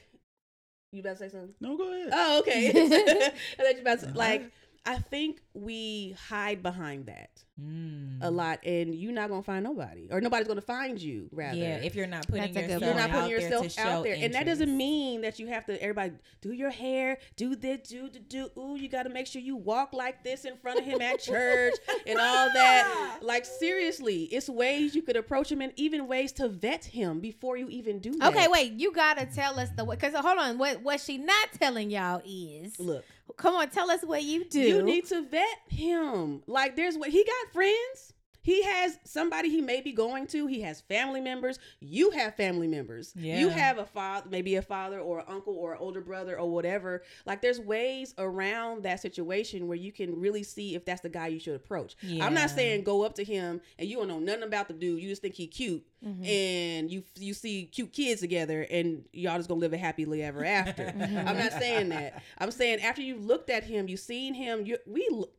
Speaker 4: you about to say something.
Speaker 5: No, go ahead.
Speaker 4: Oh, okay. I thought you about
Speaker 3: Uh-huh.
Speaker 4: to, like I think we hide behind that
Speaker 3: Mm.
Speaker 4: a lot, and you're not gonna find nobody, or nobody's gonna find you. Rather,
Speaker 3: Yeah, if you're not putting
Speaker 1: That's a
Speaker 3: yourself
Speaker 1: good
Speaker 4: you're not
Speaker 1: going
Speaker 4: putting
Speaker 3: out
Speaker 4: yourself
Speaker 3: there to show
Speaker 4: out there, and that doesn't
Speaker 3: interest.
Speaker 4: mean that you have to. Everybody do your hair, do this, do do do. Ooh, you got to make sure you walk like this in front of him at church and all that. Like seriously, it's ways you could approach him, and even ways to vet him before you even do. That.
Speaker 1: okay, wait. You gotta tell us the way. Cause hold on. What what she not telling y'all is.
Speaker 4: Look,
Speaker 1: Come on, tell us what you do.
Speaker 4: you need to vet him. Like there's what he got friends. He has somebody he may be going to. He has family members. You have family members.
Speaker 3: Yeah.
Speaker 4: You have a father, maybe a father or an uncle or an older brother or whatever. Like there's ways around that situation where you can really see if that's the guy you should approach. I'm
Speaker 3: Yeah.
Speaker 4: not saying go up to him and you don't know nothing about the dude. You just think he cute
Speaker 1: Mm-hmm.
Speaker 4: and you you see cute kids together and y'all just gonna live a happily ever after. I'm not saying that. I'm saying after you've looked at him, you've seen him. You we look.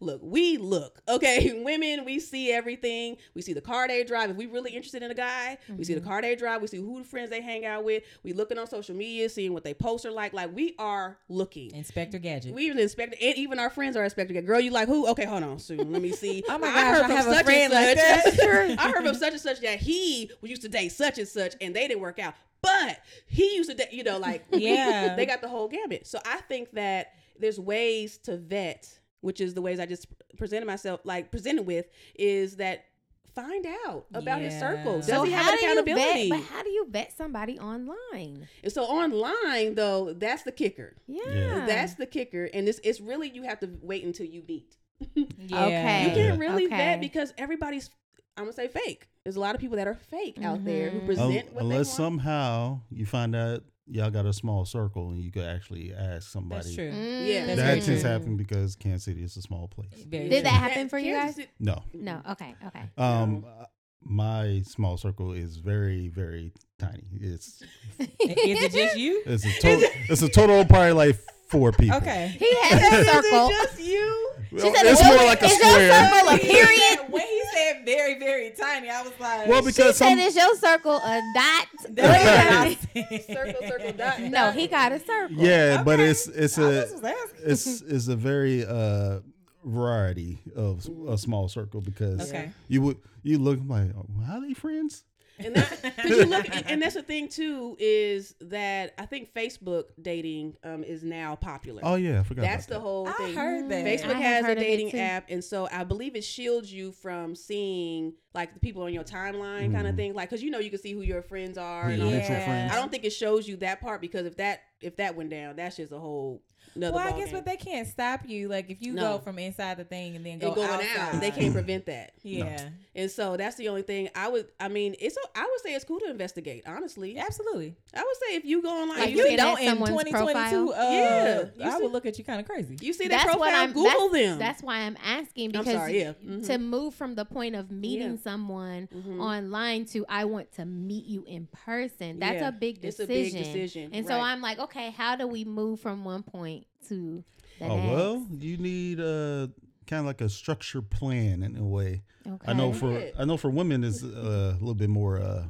Speaker 4: Look, we look okay. Women, we see everything. We see the car they drive. If we really interested in a guy, we see the car they drive. We see who the friends they hang out with. We looking on social media, seeing what they post are like. Like we are looking.
Speaker 3: Inspector Gadget.
Speaker 4: We even inspect, and even our friends are inspecting. Girl, you like who? Okay, hold on, Sue. Let me see.
Speaker 3: Oh my
Speaker 4: I
Speaker 3: gosh,
Speaker 4: heard
Speaker 3: I
Speaker 4: from
Speaker 3: have a
Speaker 4: such and
Speaker 3: friend like
Speaker 4: such.
Speaker 3: that.
Speaker 4: I heard from such and such that he used to date such and such, and they didn't work out. but he used to, da- you know, like
Speaker 3: Yeah.
Speaker 4: they got the whole gamut. So I think that there's ways to vet, which is the ways I just presented myself, like presented with, is that find out about his
Speaker 3: Yeah.
Speaker 4: circle. Does
Speaker 3: So
Speaker 4: he have an accountability?
Speaker 1: You vet, but how do you vet somebody online?
Speaker 4: And so online though, that's the kicker.
Speaker 1: Yeah.
Speaker 5: Yeah.
Speaker 4: That's the kicker, and it's it's really you have to wait until you meet.
Speaker 1: Okay.
Speaker 4: You can't
Speaker 1: Yeah.
Speaker 4: really
Speaker 1: Okay.
Speaker 4: vet because everybody's I'm gonna say fake. There's a lot of people that are fake out there
Speaker 1: Mm-hmm.
Speaker 4: who present what
Speaker 5: Oh, unless
Speaker 4: they want.
Speaker 5: somehow you find out y'all got a small circle and you could actually ask somebody.
Speaker 3: That's true.
Speaker 1: Mm.
Speaker 4: Yeah.
Speaker 5: That
Speaker 3: That's
Speaker 5: just
Speaker 3: very true.
Speaker 5: happened because Kansas City is a small place.
Speaker 3: Very
Speaker 1: Did
Speaker 3: true.
Speaker 1: that happen for you guys?
Speaker 4: Kansas City-
Speaker 5: No.
Speaker 1: No. Okay. Okay.
Speaker 5: Um, uh, my small circle is very, very tiny. It's
Speaker 3: Is it just you?
Speaker 5: it's a total it's a total of probably like four people.
Speaker 3: Okay.
Speaker 1: He has a circle.
Speaker 4: Just you.
Speaker 5: Well,
Speaker 1: said
Speaker 5: it's
Speaker 1: it's
Speaker 5: more
Speaker 1: only-
Speaker 5: like a
Speaker 1: it's your
Speaker 5: square.
Speaker 1: circle, a period.
Speaker 3: When he said very, very tiny, I was like,
Speaker 5: Well,
Speaker 1: She
Speaker 5: because
Speaker 1: said
Speaker 5: some
Speaker 1: it's your circle, a dot.
Speaker 3: that's what I said.
Speaker 4: Circle, circle, dot.
Speaker 1: no, he got a circle.
Speaker 5: yeah, but
Speaker 3: Okay. Oh,
Speaker 5: it's it's
Speaker 3: I
Speaker 5: a
Speaker 3: just was asking.
Speaker 5: it's it's a very uh variety of a small circle because
Speaker 3: Okay.
Speaker 5: you would you look like "Oh, how are they friends?
Speaker 4: And that, cause you look, and, and that's the thing too is that I think Facebook dating um, is now popular.
Speaker 5: Oh yeah, I forgot.
Speaker 4: that's the
Speaker 5: about
Speaker 4: whole
Speaker 3: I
Speaker 4: thing.
Speaker 3: heard that.
Speaker 4: Mm-hmm. Facebook
Speaker 1: I have
Speaker 4: has a
Speaker 1: heard of it
Speaker 4: dating
Speaker 1: too.
Speaker 4: app, and so I believe it shields you from seeing like the people on your timeline kind
Speaker 5: Mm-hmm.
Speaker 4: of thing, like because you know you can see who your friends are.
Speaker 5: that.
Speaker 4: And
Speaker 5: Your
Speaker 4: all that.
Speaker 5: mutual
Speaker 3: Yeah.
Speaker 5: friends.
Speaker 4: I don't think it shows you that part because if that if that went down, that's just a whole. Another
Speaker 3: Well, I
Speaker 4: ballgame.
Speaker 3: guess, but they can't stop you. Like if you
Speaker 4: No.
Speaker 3: go from inside the thing and then go
Speaker 4: and going
Speaker 3: outside,
Speaker 4: out, they can't prevent that.
Speaker 3: Yeah,
Speaker 4: And so that's the only thing I would. I mean, it's. a- I would say it's cool to investigate. Honestly,
Speaker 3: absolutely.
Speaker 4: I would say if you go online,
Speaker 1: Like
Speaker 4: you,
Speaker 3: you
Speaker 1: looking at
Speaker 3: don't in
Speaker 1: someone's
Speaker 3: 2022.
Speaker 1: profile?
Speaker 3: Uh,
Speaker 4: Yeah, you
Speaker 3: I
Speaker 4: see-
Speaker 3: would look at you kind of crazy.
Speaker 4: you see their
Speaker 1: That's
Speaker 4: profile,
Speaker 1: what I'm.
Speaker 4: Google
Speaker 1: that's,
Speaker 4: them.
Speaker 1: That's why I'm asking
Speaker 4: I'm
Speaker 1: because
Speaker 4: sorry, yeah.
Speaker 1: you-
Speaker 4: Mhm.
Speaker 1: to move from the point of meeting
Speaker 4: Yeah.
Speaker 1: someone
Speaker 4: Mhm.
Speaker 1: online to I want to meet you in person. That's
Speaker 4: Yeah.
Speaker 1: a big
Speaker 4: It's
Speaker 1: decision.
Speaker 4: a big decision,
Speaker 1: And so
Speaker 4: right.
Speaker 1: I'm like, okay, how do we move from one point to the
Speaker 5: Oh
Speaker 1: next?
Speaker 5: well, you need uh kind of like a structured plan in a way.
Speaker 1: okay.
Speaker 5: I know for
Speaker 4: Right.
Speaker 5: I know for women is uh, a little bit more uh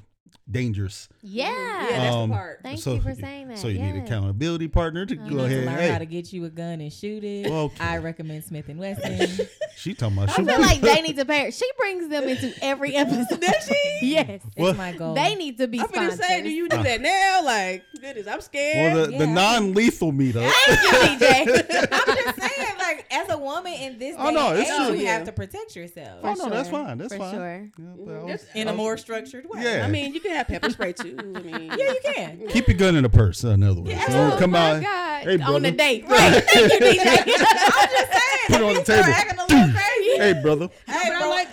Speaker 5: dangerous.
Speaker 1: yeah.
Speaker 4: Mm-hmm. yeah,
Speaker 5: Um,
Speaker 4: that's the part.
Speaker 1: Thank you for saying that.
Speaker 5: So you need
Speaker 1: Yes.
Speaker 5: accountability partner to
Speaker 3: You
Speaker 5: go
Speaker 3: need to
Speaker 5: ahead.
Speaker 3: learn how to
Speaker 5: Hey,
Speaker 3: get you a gun and shoot it.
Speaker 5: Okay.
Speaker 3: I recommend Smith and Wesson.
Speaker 5: she talking about.
Speaker 1: I feel like they need to pay. She brings them into every episode. Does she? Yes.
Speaker 5: Well-
Speaker 3: That's my
Speaker 5: Oh.
Speaker 3: goal.
Speaker 1: They need to be
Speaker 4: I'm gonna
Speaker 1: sponsors.
Speaker 4: say, do you do that now? Like, goodness, I'm scared.
Speaker 5: well, the, the
Speaker 3: Yeah.
Speaker 5: non-lethal meetup.
Speaker 1: Thank you, DJ.
Speaker 3: I'm just saying, like as a woman in this day,
Speaker 5: Oh, no,
Speaker 3: and
Speaker 5: it's
Speaker 3: age,
Speaker 4: true.
Speaker 3: you
Speaker 4: Yeah.
Speaker 3: have to protect yourself
Speaker 5: oh no, that's
Speaker 1: sure.
Speaker 5: fine. That's
Speaker 1: For
Speaker 5: fine.
Speaker 1: sure.
Speaker 5: Yeah, but I was-
Speaker 4: That's-
Speaker 3: in
Speaker 5: I
Speaker 3: a
Speaker 5: was-
Speaker 3: more structured way.
Speaker 5: Yeah.
Speaker 4: I mean, you can have pepper spray too. I mean,
Speaker 3: yeah, you can.
Speaker 5: Keep your gun in the purse. uh, In other words,
Speaker 4: Oh
Speaker 1: Oh
Speaker 5: don't come out. Hey,
Speaker 1: on
Speaker 5: brother.
Speaker 1: the date. Right. Thank you, DJ.
Speaker 5: Put it on the
Speaker 3: You're
Speaker 5: table.
Speaker 3: acting a little crazy.
Speaker 5: Hey, brother.
Speaker 4: Hey, but I
Speaker 3: bro.
Speaker 4: like.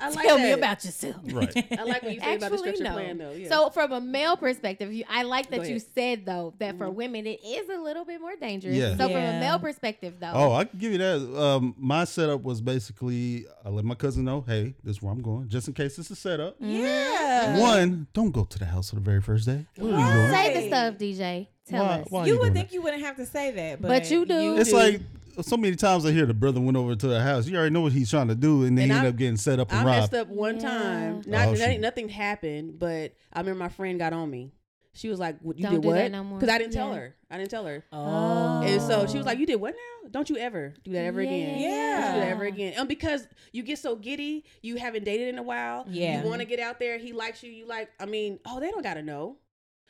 Speaker 4: I like
Speaker 1: Tell
Speaker 4: that.
Speaker 1: me about yourself.
Speaker 5: Right.
Speaker 4: I like what you say about the
Speaker 1: Actually,
Speaker 4: structure
Speaker 1: no.
Speaker 4: plan, though. Yeah.
Speaker 1: So, from a male perspective, you, I like that you
Speaker 4: ahead. Mm-hmm.
Speaker 1: said though that for women it is a little bit more dangerous.
Speaker 5: Yeah.
Speaker 1: So, from a
Speaker 3: Yeah.
Speaker 1: male perspective, though,
Speaker 5: Oh, I can give you that. Um, my setup was basically I let my cousin know, hey, this is where I'm going, just in case it's a setup.
Speaker 1: Mm-hmm.
Speaker 3: Yeah.
Speaker 5: One, don't go to the house on the very first day. What are you doing?
Speaker 1: Uh-huh. say the stuff, DJ. Tell
Speaker 5: Why-
Speaker 1: us.
Speaker 5: why are
Speaker 3: You
Speaker 5: doing
Speaker 3: would think
Speaker 5: that?
Speaker 3: you wouldn't have to say that, but,
Speaker 1: But you do.
Speaker 5: it's like so many times I hear the brother went over to the house. You already know what he's trying to do, and then
Speaker 4: And
Speaker 5: he
Speaker 4: I-
Speaker 5: ended up getting set up
Speaker 4: I
Speaker 5: and robbed.
Speaker 4: messed up one
Speaker 1: Yeah.
Speaker 4: time. Not,
Speaker 5: Oh,
Speaker 4: nothing-
Speaker 5: shoot.
Speaker 4: nothing happened, but I remember my friend got on me. She was like, "What- "You
Speaker 1: Don't
Speaker 4: did
Speaker 1: do that
Speaker 4: what?"
Speaker 1: no more.
Speaker 4: Because I didn't tell
Speaker 1: Yeah.
Speaker 4: her. I didn't tell her,
Speaker 3: Oh.
Speaker 4: and so she was like, "You did what now? Don't you ever do that ever again?
Speaker 3: Yeah.
Speaker 4: Don't you do that ever again." And because you get so giddy, you haven't dated in a while.
Speaker 3: Yeah.
Speaker 4: you want to get out there. He likes you. You like. I mean, oh, they don't gotta know,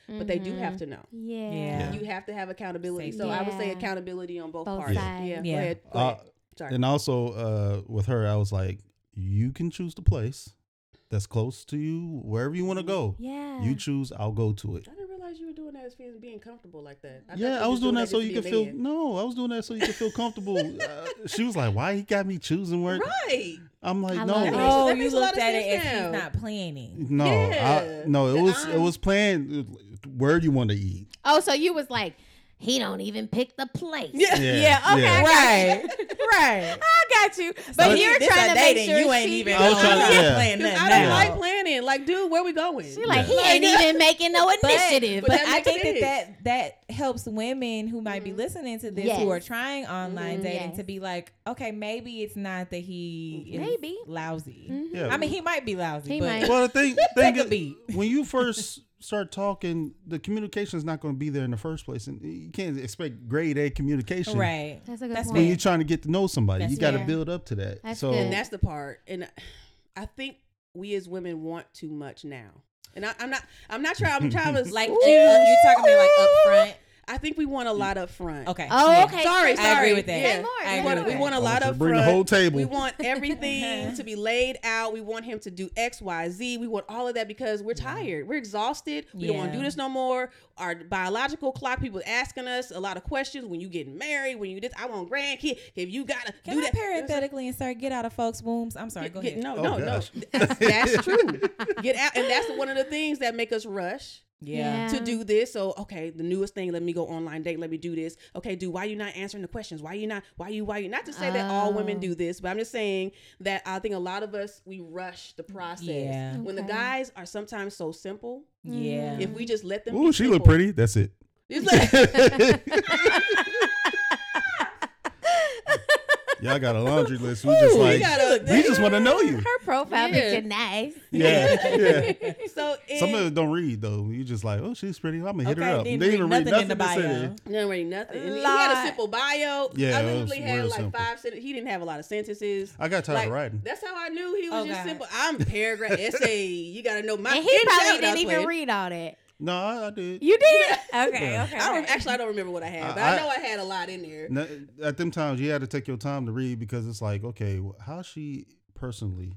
Speaker 4: but they
Speaker 1: Mm-hmm.
Speaker 4: do have to know.
Speaker 1: Yeah.
Speaker 3: Yeah.
Speaker 4: You have to have accountability.
Speaker 3: Safety.
Speaker 4: So I would say
Speaker 1: Yeah.
Speaker 4: accountability on both,
Speaker 1: Both
Speaker 4: parts.
Speaker 1: sides.
Speaker 4: Yeah.
Speaker 3: Yeah.
Speaker 4: Go ahead. Go
Speaker 5: Uh,
Speaker 4: ahead. Sorry.
Speaker 5: and also uh, with her, I was like, you can choose the place that's close to you, wherever you want to go.
Speaker 1: Yeah.
Speaker 5: You choose, I'll go to it.
Speaker 4: I didn't realize you were doing that as being being comfortable like that. I thought you
Speaker 5: yeah,
Speaker 4: were
Speaker 5: I was
Speaker 4: just
Speaker 5: doing that
Speaker 4: just
Speaker 5: so
Speaker 4: to
Speaker 5: you
Speaker 4: be a
Speaker 5: could feel.
Speaker 4: man.
Speaker 5: No, I was doing that so you could feel comfortable. uh, she was like, "Why he got me choosing where?"
Speaker 4: Right.
Speaker 5: I'm like,
Speaker 1: I
Speaker 5: "No,
Speaker 1: love it.
Speaker 5: it-
Speaker 3: Oh,
Speaker 4: That
Speaker 3: you
Speaker 4: makes a lot
Speaker 3: looked
Speaker 4: of
Speaker 3: at it
Speaker 4: sense
Speaker 3: as he's
Speaker 4: now.
Speaker 3: not planning.
Speaker 5: no,
Speaker 4: Yeah.
Speaker 5: I, no." It
Speaker 4: That
Speaker 5: was it
Speaker 4: I'm-
Speaker 5: was planned uh, where you want to eat.
Speaker 1: Oh, so you was like, he don't even pick the place.
Speaker 4: Yeah.
Speaker 5: Yeah,
Speaker 1: Yeah, okay.
Speaker 5: yeah.
Speaker 3: Right. right.
Speaker 1: I got you. But,
Speaker 5: But
Speaker 1: you're
Speaker 3: this
Speaker 1: trying
Speaker 3: a
Speaker 1: to make
Speaker 3: dating,
Speaker 1: sure
Speaker 3: you ain't
Speaker 1: she,
Speaker 3: even
Speaker 5: I was
Speaker 3: going
Speaker 5: trying to-
Speaker 3: out
Speaker 5: yeah.
Speaker 3: playing
Speaker 4: Cause
Speaker 3: nothing
Speaker 4: I don't
Speaker 5: now.
Speaker 3: out.
Speaker 4: like planning. Like, dude, where we going?
Speaker 1: she like, he
Speaker 4: Like,
Speaker 1: ain't even making no initiative.
Speaker 4: but
Speaker 3: but
Speaker 4: that
Speaker 3: I
Speaker 4: makes
Speaker 3: think that,
Speaker 4: sense.
Speaker 3: that that helps women who might be listening to this
Speaker 1: Yes.
Speaker 3: who are trying online
Speaker 1: Mhm.
Speaker 3: dating
Speaker 1: Mm-hmm. Yes.
Speaker 3: to be like, okay, maybe it's not that he is
Speaker 1: Maybe.
Speaker 3: lousy.
Speaker 5: Yeah.
Speaker 3: I mean, he might be lousy.
Speaker 1: He
Speaker 3: but
Speaker 1: might.
Speaker 5: well, the thing, thing
Speaker 3: Take a
Speaker 5: is,
Speaker 3: beat.
Speaker 5: when you first start talking, the communication is not going to be there in the first place, and you can't expect grade A communication.
Speaker 3: Right.
Speaker 1: That's a good
Speaker 3: That's
Speaker 1: point.
Speaker 5: When
Speaker 3: fair.
Speaker 5: you're trying to get to know somebody,
Speaker 3: That's
Speaker 5: you got to
Speaker 1: fair.
Speaker 5: build up to that.
Speaker 1: That's
Speaker 5: so
Speaker 1: good.
Speaker 4: And that's the part. And I think we as women want too much now. And I, I'm not. I'm not sure. I'm trying to
Speaker 3: Like
Speaker 4: like.
Speaker 3: you, you talking about like up front?
Speaker 4: I think we want a lot up front.
Speaker 3: Okay.
Speaker 1: Oh,
Speaker 3: yeah.
Speaker 1: okay.
Speaker 3: I
Speaker 4: Sorry,
Speaker 3: agree
Speaker 4: sorry.
Speaker 3: with that.
Speaker 4: Yeah.
Speaker 1: more,
Speaker 3: I
Speaker 1: say
Speaker 4: We
Speaker 1: more.
Speaker 3: agree
Speaker 4: want,
Speaker 3: with
Speaker 4: we
Speaker 3: that.
Speaker 4: want a
Speaker 5: I
Speaker 4: lot
Speaker 5: want you
Speaker 4: up
Speaker 5: to bring the
Speaker 4: front.
Speaker 5: whole table.
Speaker 4: We want everything to be laid out. We want him to do X, Y, Z. We want all of that because we're tired. We're exhausted. We don't want to
Speaker 3: Yeah.
Speaker 4: do this no more. Our biological clock, people asking us a lot of questions. When you getting married, when you this, I want grandkid. If you gotta
Speaker 3: Can
Speaker 4: do
Speaker 3: I
Speaker 4: that.
Speaker 3: parenthetically insert get out of folks' wombs? I'm sorry. Go
Speaker 4: Get-
Speaker 3: ahead.
Speaker 4: no,
Speaker 5: Oh,
Speaker 4: no,
Speaker 5: gosh.
Speaker 4: no. That's, that's true. Get out, and that's one of the things that make us rush
Speaker 3: Yeah.
Speaker 4: to do this. So okay, the newest thing. Let me go online date. Let me do this. Okay, dude, why you not answering the questions? Why you not? Why you? Why you? Not to say that all women
Speaker 1: Oh.
Speaker 4: do this, but I'm just saying that I think a lot of us we rush the process.
Speaker 3: Yeah.
Speaker 4: When the
Speaker 1: Okay.
Speaker 4: guys are sometimes so simple,
Speaker 3: Yeah.
Speaker 4: if we just let them.
Speaker 5: Ooh,
Speaker 4: be
Speaker 5: she look
Speaker 4: simple-
Speaker 5: pretty. That's it.
Speaker 4: It's like-
Speaker 5: Y'all got a laundry list. We just
Speaker 4: Ooh, we
Speaker 5: like
Speaker 4: got
Speaker 5: we,
Speaker 4: a-
Speaker 5: just want to know you.
Speaker 1: Her profile
Speaker 4: Yeah.
Speaker 1: picture nice.
Speaker 5: Yeah, yeah.
Speaker 4: so it,
Speaker 5: Some of it don't read though. You just like, oh, she's pretty. I'm gonna hit
Speaker 3: Okay,
Speaker 5: her up.
Speaker 3: didn't
Speaker 5: They
Speaker 3: read
Speaker 5: even read
Speaker 3: nothing in
Speaker 5: nothing
Speaker 3: the
Speaker 5: to say.
Speaker 3: bio.
Speaker 4: No, already nothing. And he had
Speaker 3: Lot.
Speaker 4: a simple bio.
Speaker 5: Yeah,
Speaker 4: I
Speaker 5: it was
Speaker 4: literally had
Speaker 5: real
Speaker 4: like
Speaker 5: simple.
Speaker 4: five sentences. He didn't have a lot of sentences.
Speaker 5: I got tired
Speaker 4: Like,
Speaker 5: of writing.
Speaker 4: That's how I knew he was
Speaker 3: Oh,
Speaker 4: just
Speaker 3: God.
Speaker 4: simple. I'm paragraph essay. You gotta know my.
Speaker 1: And he
Speaker 4: inside
Speaker 1: probably
Speaker 4: out. I
Speaker 1: didn't
Speaker 4: was
Speaker 1: even
Speaker 4: playing.
Speaker 1: read all that.
Speaker 5: No, I, I did.
Speaker 1: You did? Okay,
Speaker 5: Yeah.
Speaker 1: okay.
Speaker 4: I don't,
Speaker 1: okay.
Speaker 4: actually, I don't remember what I had, but
Speaker 5: I-
Speaker 4: I know I had a lot in there.
Speaker 5: No, at them times, you had to take your time to read because it's like, okay, well, how's she personally?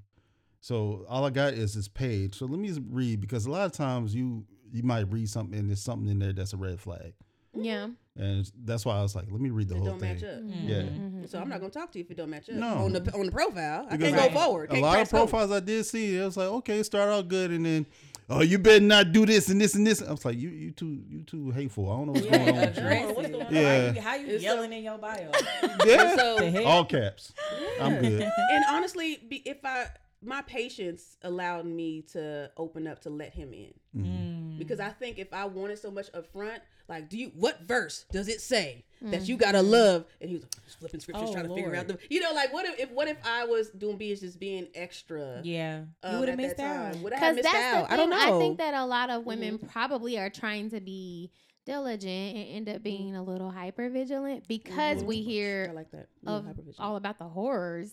Speaker 5: So all I got is this page. So let me just read because a lot of times you you might read something and there's something in there that's a red flag,
Speaker 1: yeah.
Speaker 5: and it's- that's why I was like, let me read the
Speaker 4: It
Speaker 5: whole
Speaker 4: don't
Speaker 5: thing.
Speaker 4: match up.
Speaker 5: Yeah.
Speaker 3: Mm.
Speaker 1: Mm-hmm.
Speaker 4: So I'm not gonna talk to you if it don't match up
Speaker 5: No.
Speaker 4: on the on the profile. I
Speaker 5: Because
Speaker 4: can't
Speaker 5: like,
Speaker 4: go forward. Can't
Speaker 5: a lot of
Speaker 4: press go.
Speaker 5: profiles I did see, it was like, okay, start out good, and then, oh, you better not do this and this and this. I was like, you, you too, you too hateful. I don't know what's going on. With you.
Speaker 3: Address
Speaker 4: What's
Speaker 3: it.
Speaker 4: going on?
Speaker 5: Yeah.
Speaker 3: How you, how you
Speaker 4: It's
Speaker 3: yelling in your bio?
Speaker 5: Yeah,
Speaker 4: So
Speaker 5: all caps. I'm good.
Speaker 4: and honestly, be- if I my patience allowed me to open up to let him in
Speaker 5: Mm.
Speaker 4: because I think if I wanted so much up front, like, do you what verse does it say that you gotta love? And he was flipping scriptures
Speaker 3: Oh,
Speaker 4: trying to figure
Speaker 3: Lord.
Speaker 4: out the you know like what if, if what if I was doing being just being extra?
Speaker 3: Yeah.
Speaker 4: um,
Speaker 3: you would
Speaker 4: at
Speaker 3: have missed
Speaker 4: that
Speaker 3: out.
Speaker 4: time? Would I have
Speaker 1: Because
Speaker 4: missed
Speaker 1: that's the
Speaker 4: out?
Speaker 1: thing.
Speaker 4: I don't know.
Speaker 1: think that a lot of women probably are trying to be diligent and end up being a little hyper vigilant because we
Speaker 4: I
Speaker 1: hear
Speaker 4: like that. Mm,
Speaker 1: of
Speaker 4: hypervigilant.
Speaker 1: all about the horrors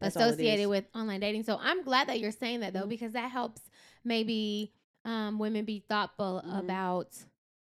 Speaker 4: That's all it
Speaker 1: associated
Speaker 4: is. Mm-hmm.
Speaker 1: with online dating. So I'm glad that you're saying that though, because that helps maybe um, women be thoughtful
Speaker 4: Mhm.
Speaker 1: about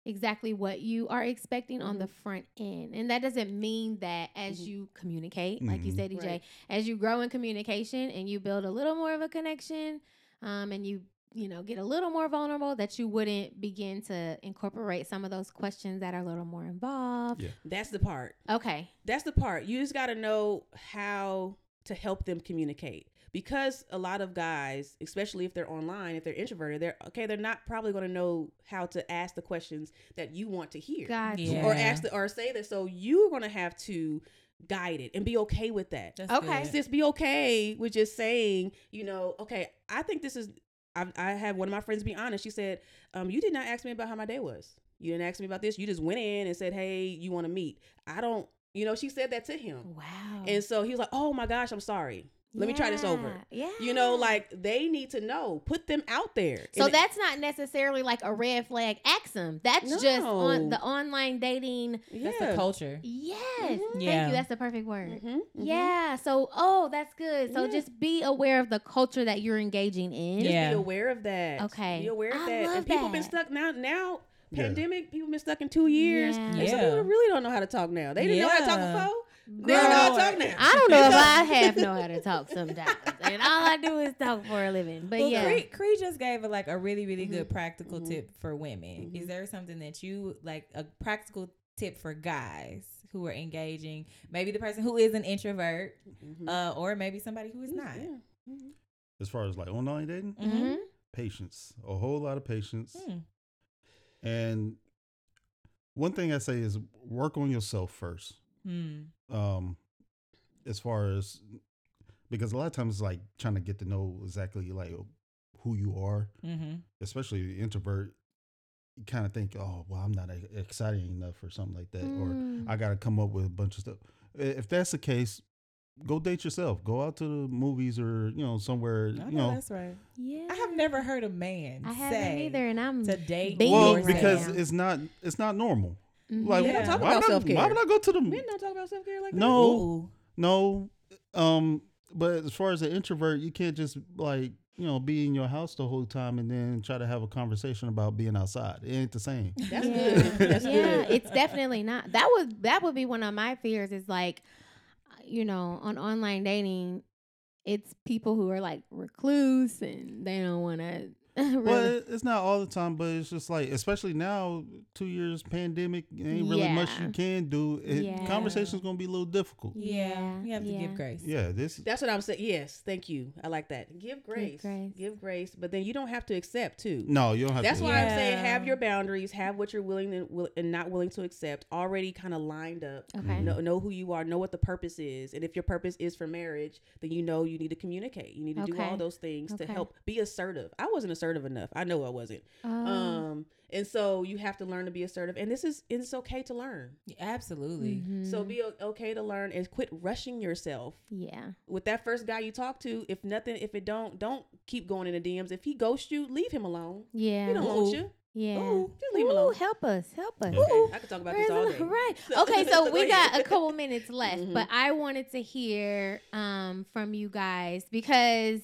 Speaker 1: exactly what you are expecting on
Speaker 4: Mm-hmm.
Speaker 1: the front end. And that doesn't mean that as
Speaker 4: Mhm.
Speaker 1: you communicate, like you
Speaker 5: Mhm.
Speaker 1: said, DJ,
Speaker 4: Mm-hmm. Right.
Speaker 1: as you grow in communication and you build a little more of a connection, um, and you you know get a little more vulnerable, that you wouldn't begin to incorporate some of those questions that are a little more involved.
Speaker 5: Yeah.
Speaker 4: That's the part.
Speaker 1: Okay.
Speaker 4: That's the part. You just got to know how to help them communicate because a lot of guys, especially if they're online, if they're introverted, they're okay. They're not probably going to know how to ask the questions that you want to hear
Speaker 1: Gotcha.
Speaker 3: Yeah.
Speaker 4: or ask the, or say that. So you're going to have to guide it and be okay with that.
Speaker 3: That's
Speaker 1: Okay.
Speaker 3: good.
Speaker 4: Just be okay with just saying, you know, okay. I think this is. I, I had one of my friends be honest. She said, um, "You did not ask me about how my day was. You didn't ask me about this. You just went in and said, hey, you want to meet.' I don't. You know, she said that to him,
Speaker 1: Wow.
Speaker 4: and so he was like, oh my gosh, I'm sorry. Let me try this over.
Speaker 1: Yeah.
Speaker 4: You know, like they need to know. Put them out there.
Speaker 1: So
Speaker 4: And-
Speaker 1: that's not necessarily like a red flag axum. That's just on
Speaker 4: No. Mm-hmm.
Speaker 1: the online dating.
Speaker 4: yeah.
Speaker 3: That's the culture.
Speaker 1: Yes. Thank
Speaker 3: Yeah.
Speaker 1: you. That's the perfect word.
Speaker 4: Mhm, mhm.
Speaker 1: Yeah. So, oh, that's good. So
Speaker 4: Yeah.
Speaker 1: just be aware of the culture that you're engaging in.
Speaker 3: Yeah.
Speaker 4: Be aware of that.
Speaker 1: Okay.
Speaker 4: Be aware of
Speaker 1: I
Speaker 4: that.
Speaker 1: love
Speaker 4: and people been
Speaker 1: that.
Speaker 4: stuck now. Now
Speaker 5: Yeah.
Speaker 4: pandemic, people been stuck in two years.
Speaker 1: Yeah.
Speaker 4: And some
Speaker 3: Yeah.
Speaker 4: people really don't know how to talk now. They didn't know how to
Speaker 3: Yeah.
Speaker 4: talk before. They don't know how to talk now.
Speaker 1: I don't know if I have know how to talk sometimes, and all I do is talk for a living. But
Speaker 3: Well,
Speaker 1: yeah,
Speaker 3: Cree, Cree just gave a, like a really, really good practical
Speaker 4: Mhm.
Speaker 3: tip for women. Is
Speaker 4: Mhm.
Speaker 3: there something that you like a practical tip for guys who are engaging? Maybe the person who is an introvert,
Speaker 4: Mhm.
Speaker 3: uh, or maybe somebody who is not. Mm-hmm.
Speaker 4: Yeah.
Speaker 5: As far as like online dating,
Speaker 1: Mhm.
Speaker 5: patience, a whole lot of patience,
Speaker 1: Mm-hmm.
Speaker 3: Hmm.
Speaker 5: and one thing I say is work on yourself first.
Speaker 3: Hmm.
Speaker 5: um as far as because a lot of times it's like trying to get to know exactly like uh, who you are
Speaker 3: Mm-hmm.
Speaker 5: especially the introvert you kind of think oh well i'm not e- exciting enough or something like that
Speaker 1: Mm.
Speaker 5: or i gotta come up with a bunch of stuff I- if that's the case go date yourself go out to the movies or you know somewhere
Speaker 3: I know,
Speaker 5: you know
Speaker 3: that's right.
Speaker 1: yeah.
Speaker 3: I have never heard a man
Speaker 1: I haven't
Speaker 3: say
Speaker 1: either, and I'm
Speaker 3: to date.
Speaker 1: Being
Speaker 5: well
Speaker 1: yourself.
Speaker 5: because
Speaker 1: Yeah.
Speaker 5: it's not it's not normal
Speaker 1: Mhm.
Speaker 5: like
Speaker 3: We don't talk
Speaker 5: why
Speaker 4: about
Speaker 5: would I-
Speaker 4: self-care.
Speaker 5: why would i go to the
Speaker 4: Men don't talk about self care like that.
Speaker 5: no
Speaker 3: Ooh.
Speaker 5: No, um, but as far as an introvert, you can't just like you know, be in your house the whole time and then try to have a conversation about being outside. It ain't the same.
Speaker 4: That's
Speaker 1: yeah.
Speaker 4: good. That's
Speaker 1: yeah,
Speaker 4: good.
Speaker 1: it's definitely not. That was that would be one of my fears. Is like, you know, on online dating, it's people who are like recluse and they don't want to. really,
Speaker 5: Well, it- it's not all the time, but it's just like, especially now, two years pandemic, ain't really much
Speaker 1: Yeah.
Speaker 5: you can do. It,
Speaker 1: Yeah.
Speaker 5: Conversation's gonna be a little difficult.
Speaker 1: Yeah,
Speaker 3: You have to
Speaker 1: yeah.
Speaker 3: give grace.
Speaker 5: Yeah, this.
Speaker 4: That's what I'm saying. Yes, thank you. I like that. Give grace.
Speaker 1: grace.
Speaker 4: Give grace. But then you don't have to accept too.
Speaker 5: No, you don't have.
Speaker 4: That's
Speaker 5: to.
Speaker 4: why I'm saying
Speaker 3: Yeah.
Speaker 4: have your boundaries, have what you're willing and, will, and not willing to accept already kind of lined up.
Speaker 1: okay.
Speaker 4: Know, know who you are, know what the purpose is. And if your purpose is for marriage, then you know you need to communicate. You need to do
Speaker 1: Okay.
Speaker 4: all those things to
Speaker 1: Okay.
Speaker 4: help be assertive. I wasn't assertive enough. I know I wasn't.
Speaker 1: Oh,
Speaker 4: Um, and so you have to learn to be assertive. And this is it's okay to learn.
Speaker 3: Absolutely.
Speaker 4: So
Speaker 1: mhm.
Speaker 4: be o- okay to learn and quit rushing yourself
Speaker 1: yeah,
Speaker 4: with that first guy you talk to, if nothing, if it don't, don't keep going in the DMs. If he ghosts you, leave him alone.
Speaker 1: yeah,
Speaker 4: He don't want you.
Speaker 1: yeah.
Speaker 4: Ooh, just leave him
Speaker 1: Ooh,
Speaker 4: alone.
Speaker 1: help us, help us.
Speaker 5: Okay.
Speaker 4: Okay, I could talk about this all
Speaker 1: Where's
Speaker 4: day.
Speaker 1: the- Right.
Speaker 4: So-
Speaker 1: okay, so we
Speaker 4: go
Speaker 1: got a
Speaker 4: ahead.
Speaker 1: couple minutes left,
Speaker 4: Mhm.
Speaker 1: but I wanted to hear um, from you guys because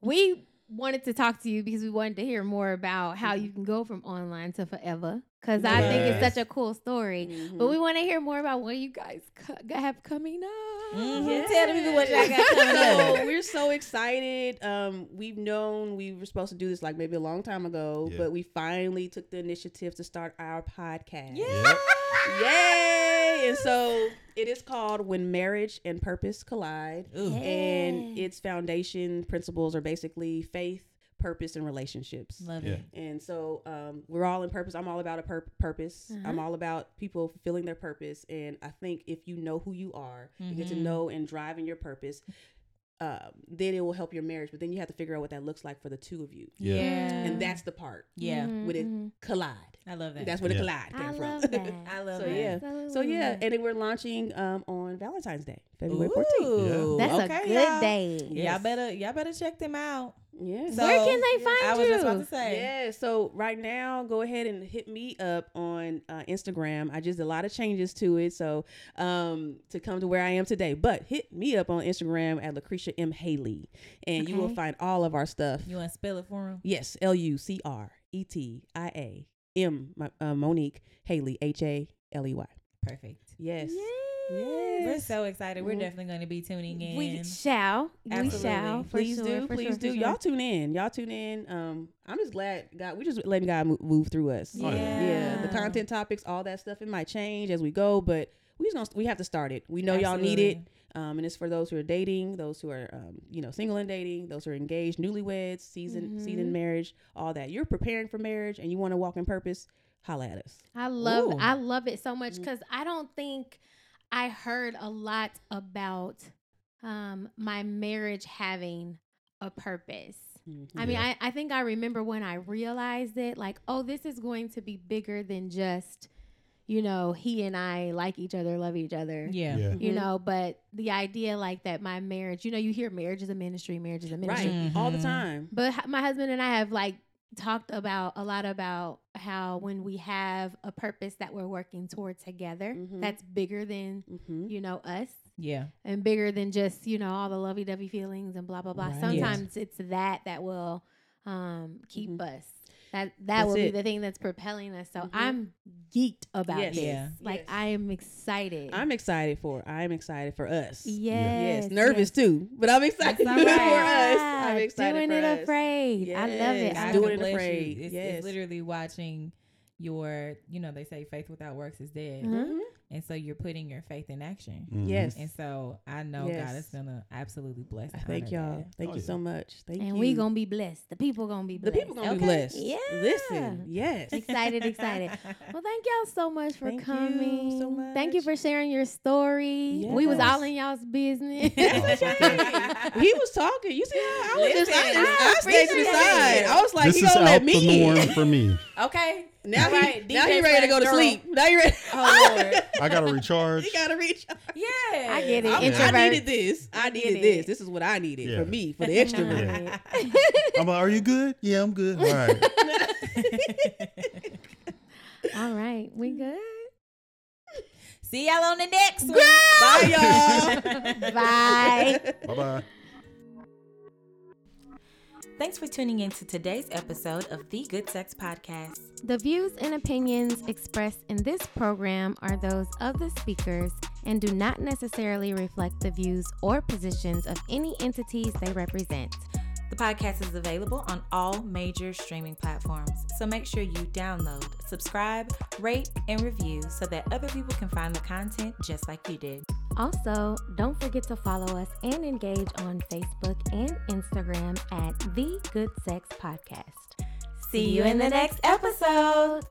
Speaker 1: we wanted to talk to you because we wanted to hear more about how you can go from online to forever because I think it's
Speaker 5: Yes.
Speaker 1: such a cool story.
Speaker 4: Mm-hmm.
Speaker 1: But we want to hear more about what you guys co- have coming up.
Speaker 3: Mhm.
Speaker 4: Mm-hmm. Yes.
Speaker 3: Tell the people what y'all got coming
Speaker 4: So
Speaker 3: up.
Speaker 4: we're so excited. Um, we've known we were supposed to do this like maybe a long time ago,
Speaker 5: Yeah.
Speaker 4: but we finally took the initiative to start our podcast.
Speaker 5: Yep.
Speaker 4: Yay! And so it is called When Marriage and Purpose Collide.
Speaker 1: Mm-hmm.
Speaker 3: Ooh.
Speaker 4: And
Speaker 1: Yeah.
Speaker 4: its foundation principles are basically faith, purpose, and relationships.
Speaker 3: Love
Speaker 5: Yeah.
Speaker 3: it.
Speaker 4: And so um, we're all in purpose. I'm all about a pur- purpose.
Speaker 1: Uh-huh.
Speaker 4: I'm all about people fulfilling their purpose. And I think if you know who you are, you get to
Speaker 3: Mhm.
Speaker 1: Mm-hmm.
Speaker 4: know and drive in your purpose. Um, then it will help your marriage. But then you have to figure out what that looks like for the two of you.
Speaker 5: Yeah.
Speaker 4: And
Speaker 1: Yeah.
Speaker 4: that's the part
Speaker 3: Yeah.
Speaker 1: Mhm,
Speaker 4: with it
Speaker 1: mhm.
Speaker 4: collide.
Speaker 3: Mm. I love that.
Speaker 4: That's where the
Speaker 5: Yeah.
Speaker 4: collide came
Speaker 1: Mm-hmm. I
Speaker 4: from.
Speaker 1: love that.
Speaker 3: I love
Speaker 4: so
Speaker 3: that.
Speaker 4: yeah. So
Speaker 1: Absolutely.
Speaker 4: yeah, and then we're launching um, on Valentine's Day, February 14th.
Speaker 3: Ooh,
Speaker 1: that's
Speaker 3: okay,
Speaker 1: a good
Speaker 3: y'all.
Speaker 1: day.
Speaker 4: Yes.
Speaker 3: Y'all better y'all better check them out.
Speaker 4: Yeah.
Speaker 3: So,
Speaker 1: Where can they find
Speaker 3: I was just about
Speaker 1: you?
Speaker 3: to say.
Speaker 4: Yeah, so right now, go ahead and hit me up on uh, Instagram. I just did a lot of changes to it, so um, to come to where I am today. But hit me up on Instagram at Lucretia M Haley, and you will
Speaker 1: Okay.
Speaker 4: find all of our stuff.
Speaker 3: You want to spell it for them?
Speaker 4: Yes, L U C R E T I A M Mo- uh, Monique Haley H A L E Y.
Speaker 3: Perfect.
Speaker 4: Yes,
Speaker 3: We're
Speaker 4: yes.
Speaker 3: so excited. We're
Speaker 4: Mhm.
Speaker 3: definitely going to be tuning in.
Speaker 1: We shall. We
Speaker 3: Absolutely.
Speaker 1: shall. For
Speaker 4: please
Speaker 1: sure,
Speaker 4: do,
Speaker 1: for
Speaker 4: please
Speaker 1: sure, for
Speaker 4: do.
Speaker 1: sure.
Speaker 4: Y'all tune in. Y'all tune in. Um, I'm just glad God. We just letting God mo- move through us.
Speaker 5: Oh, yeah.
Speaker 4: yeah the
Speaker 3: Yeah.
Speaker 4: content topics all that stuff it might change as we go but we just gonna we have to start it we know y'all need it um, and it's for those who are dating those who are um, you know single and dating those who are engaged newlyweds season
Speaker 1: Mhm.
Speaker 4: season marriage all that you're preparing for marriage and you want to walk in purpose holla at us
Speaker 1: I love
Speaker 3: Ooh.
Speaker 1: I love it so much
Speaker 4: Mm.
Speaker 1: because I don't think I heard a lot about um, my marriage having a purpose. I mean, I, I think I remember when I realized it, like, oh, this is going to be bigger than just, you know, he and I like each other, love each other.
Speaker 3: Yeah.
Speaker 5: Yeah.
Speaker 1: You
Speaker 4: Mhm.
Speaker 1: know, but the idea like that my marriage, you know, you hear marriage is a ministry, marriage is a ministry.
Speaker 4: right all the
Speaker 3: Mhm.
Speaker 4: time
Speaker 1: But h- my husband and I have like talked about a lot about how when we have a purpose that we're working toward together,
Speaker 4: Mhm.
Speaker 1: that's bigger than
Speaker 4: mm-hmm.
Speaker 1: you know us
Speaker 3: Yeah.
Speaker 1: and bigger than just you know all the lovey-dovey feelings and blah blah blah.
Speaker 4: Right. Yes.
Speaker 1: Sometimes it's that that will um, keep
Speaker 4: Mhm.
Speaker 1: us. That that
Speaker 4: That's
Speaker 1: will be
Speaker 4: it.
Speaker 1: the thing that's propelling us. So
Speaker 4: Mhm.
Speaker 1: I'm geeked about
Speaker 4: Yes.
Speaker 1: this.
Speaker 3: Yeah.
Speaker 1: Like
Speaker 4: Yes.
Speaker 1: I am excited.
Speaker 4: i'm excited for it. i'm excited for us
Speaker 1: yes,
Speaker 4: Yes, nervous too, but I'm excited
Speaker 3: all
Speaker 4: for
Speaker 3: right.
Speaker 4: us. I'm excited
Speaker 1: doing
Speaker 4: for
Speaker 1: it
Speaker 4: us.
Speaker 1: afraid. I love it.
Speaker 4: Yes.
Speaker 1: I
Speaker 3: God
Speaker 1: love
Speaker 4: Doing
Speaker 1: it.
Speaker 4: it
Speaker 3: bless you.
Speaker 4: afraid.
Speaker 3: It's,
Speaker 4: Yes.
Speaker 3: it's literally watching your, you know, they say faith without works is dead.
Speaker 1: Mhm.
Speaker 4: Mhm.
Speaker 3: And so you're putting your faith in action.
Speaker 5: Mhm.
Speaker 4: Yes,
Speaker 3: And so I know God is
Speaker 4: Yes.
Speaker 3: going to absolutely bless
Speaker 4: I
Speaker 3: and
Speaker 4: thank
Speaker 3: honor
Speaker 4: y'all. Thank
Speaker 5: Oh,
Speaker 4: you
Speaker 5: yeah.
Speaker 4: so much. Thank
Speaker 1: and
Speaker 4: you.
Speaker 1: we gonna be blessed. The people gonna be
Speaker 4: the
Speaker 1: blessed.
Speaker 4: people gonna
Speaker 3: Okay.
Speaker 4: be blessed.
Speaker 1: Yeah.
Speaker 4: Listen. Yes.
Speaker 3: that.
Speaker 1: excited, excited. Well, thank y'all so much for
Speaker 4: Thank you so
Speaker 1: coming. Thank you
Speaker 4: much.
Speaker 1: for sharing your story. We was
Speaker 4: Yes.
Speaker 1: all in y'all's business.
Speaker 5: That's
Speaker 4: he was talking. You see how I was just, I,
Speaker 3: Listen,
Speaker 4: just- I stayed to the
Speaker 1: appreciate
Speaker 4: side.
Speaker 1: it.
Speaker 4: I was like,
Speaker 5: this
Speaker 4: he
Speaker 5: is
Speaker 4: gonna
Speaker 5: out
Speaker 4: let
Speaker 5: the
Speaker 4: me
Speaker 5: norm
Speaker 4: in.
Speaker 5: for me.
Speaker 3: okay.
Speaker 4: Now
Speaker 3: All right,
Speaker 4: he, now
Speaker 3: DJ
Speaker 4: he ready to go to
Speaker 3: slash girl.
Speaker 4: sleep. Now you ready.
Speaker 3: Oh, Lord.
Speaker 5: I gotta recharge.
Speaker 4: You gotta reach. out.
Speaker 3: Yeah.
Speaker 1: I get it.
Speaker 4: I'm-
Speaker 1: Introvert.
Speaker 4: I needed this. I
Speaker 1: get
Speaker 4: needed
Speaker 1: it.
Speaker 4: this. This is what I needed
Speaker 5: Yeah.
Speaker 4: for me, for the extrovert.
Speaker 5: Yeah. I'm like, are you good? Yeah, I'm good. All right.
Speaker 1: all right, we good.
Speaker 3: See y'all on the next one.
Speaker 4: Bye, y'all.
Speaker 1: Bye.
Speaker 5: bye bye.
Speaker 3: Thanks for tuning in to today's episode of the Good Sex Podcast.
Speaker 1: The views and opinions expressed in this program are those of the speakers and do not necessarily reflect the views or positions of any entities they represent.
Speaker 3: The podcast is available on all major streaming platforms, so make sure you download, subscribe, rate, and review so that other people can find the content just like you did.
Speaker 1: Also, don't forget to follow us and engage on Facebook and Instagram at The Good Sex Podcast.
Speaker 3: See you in the next episode.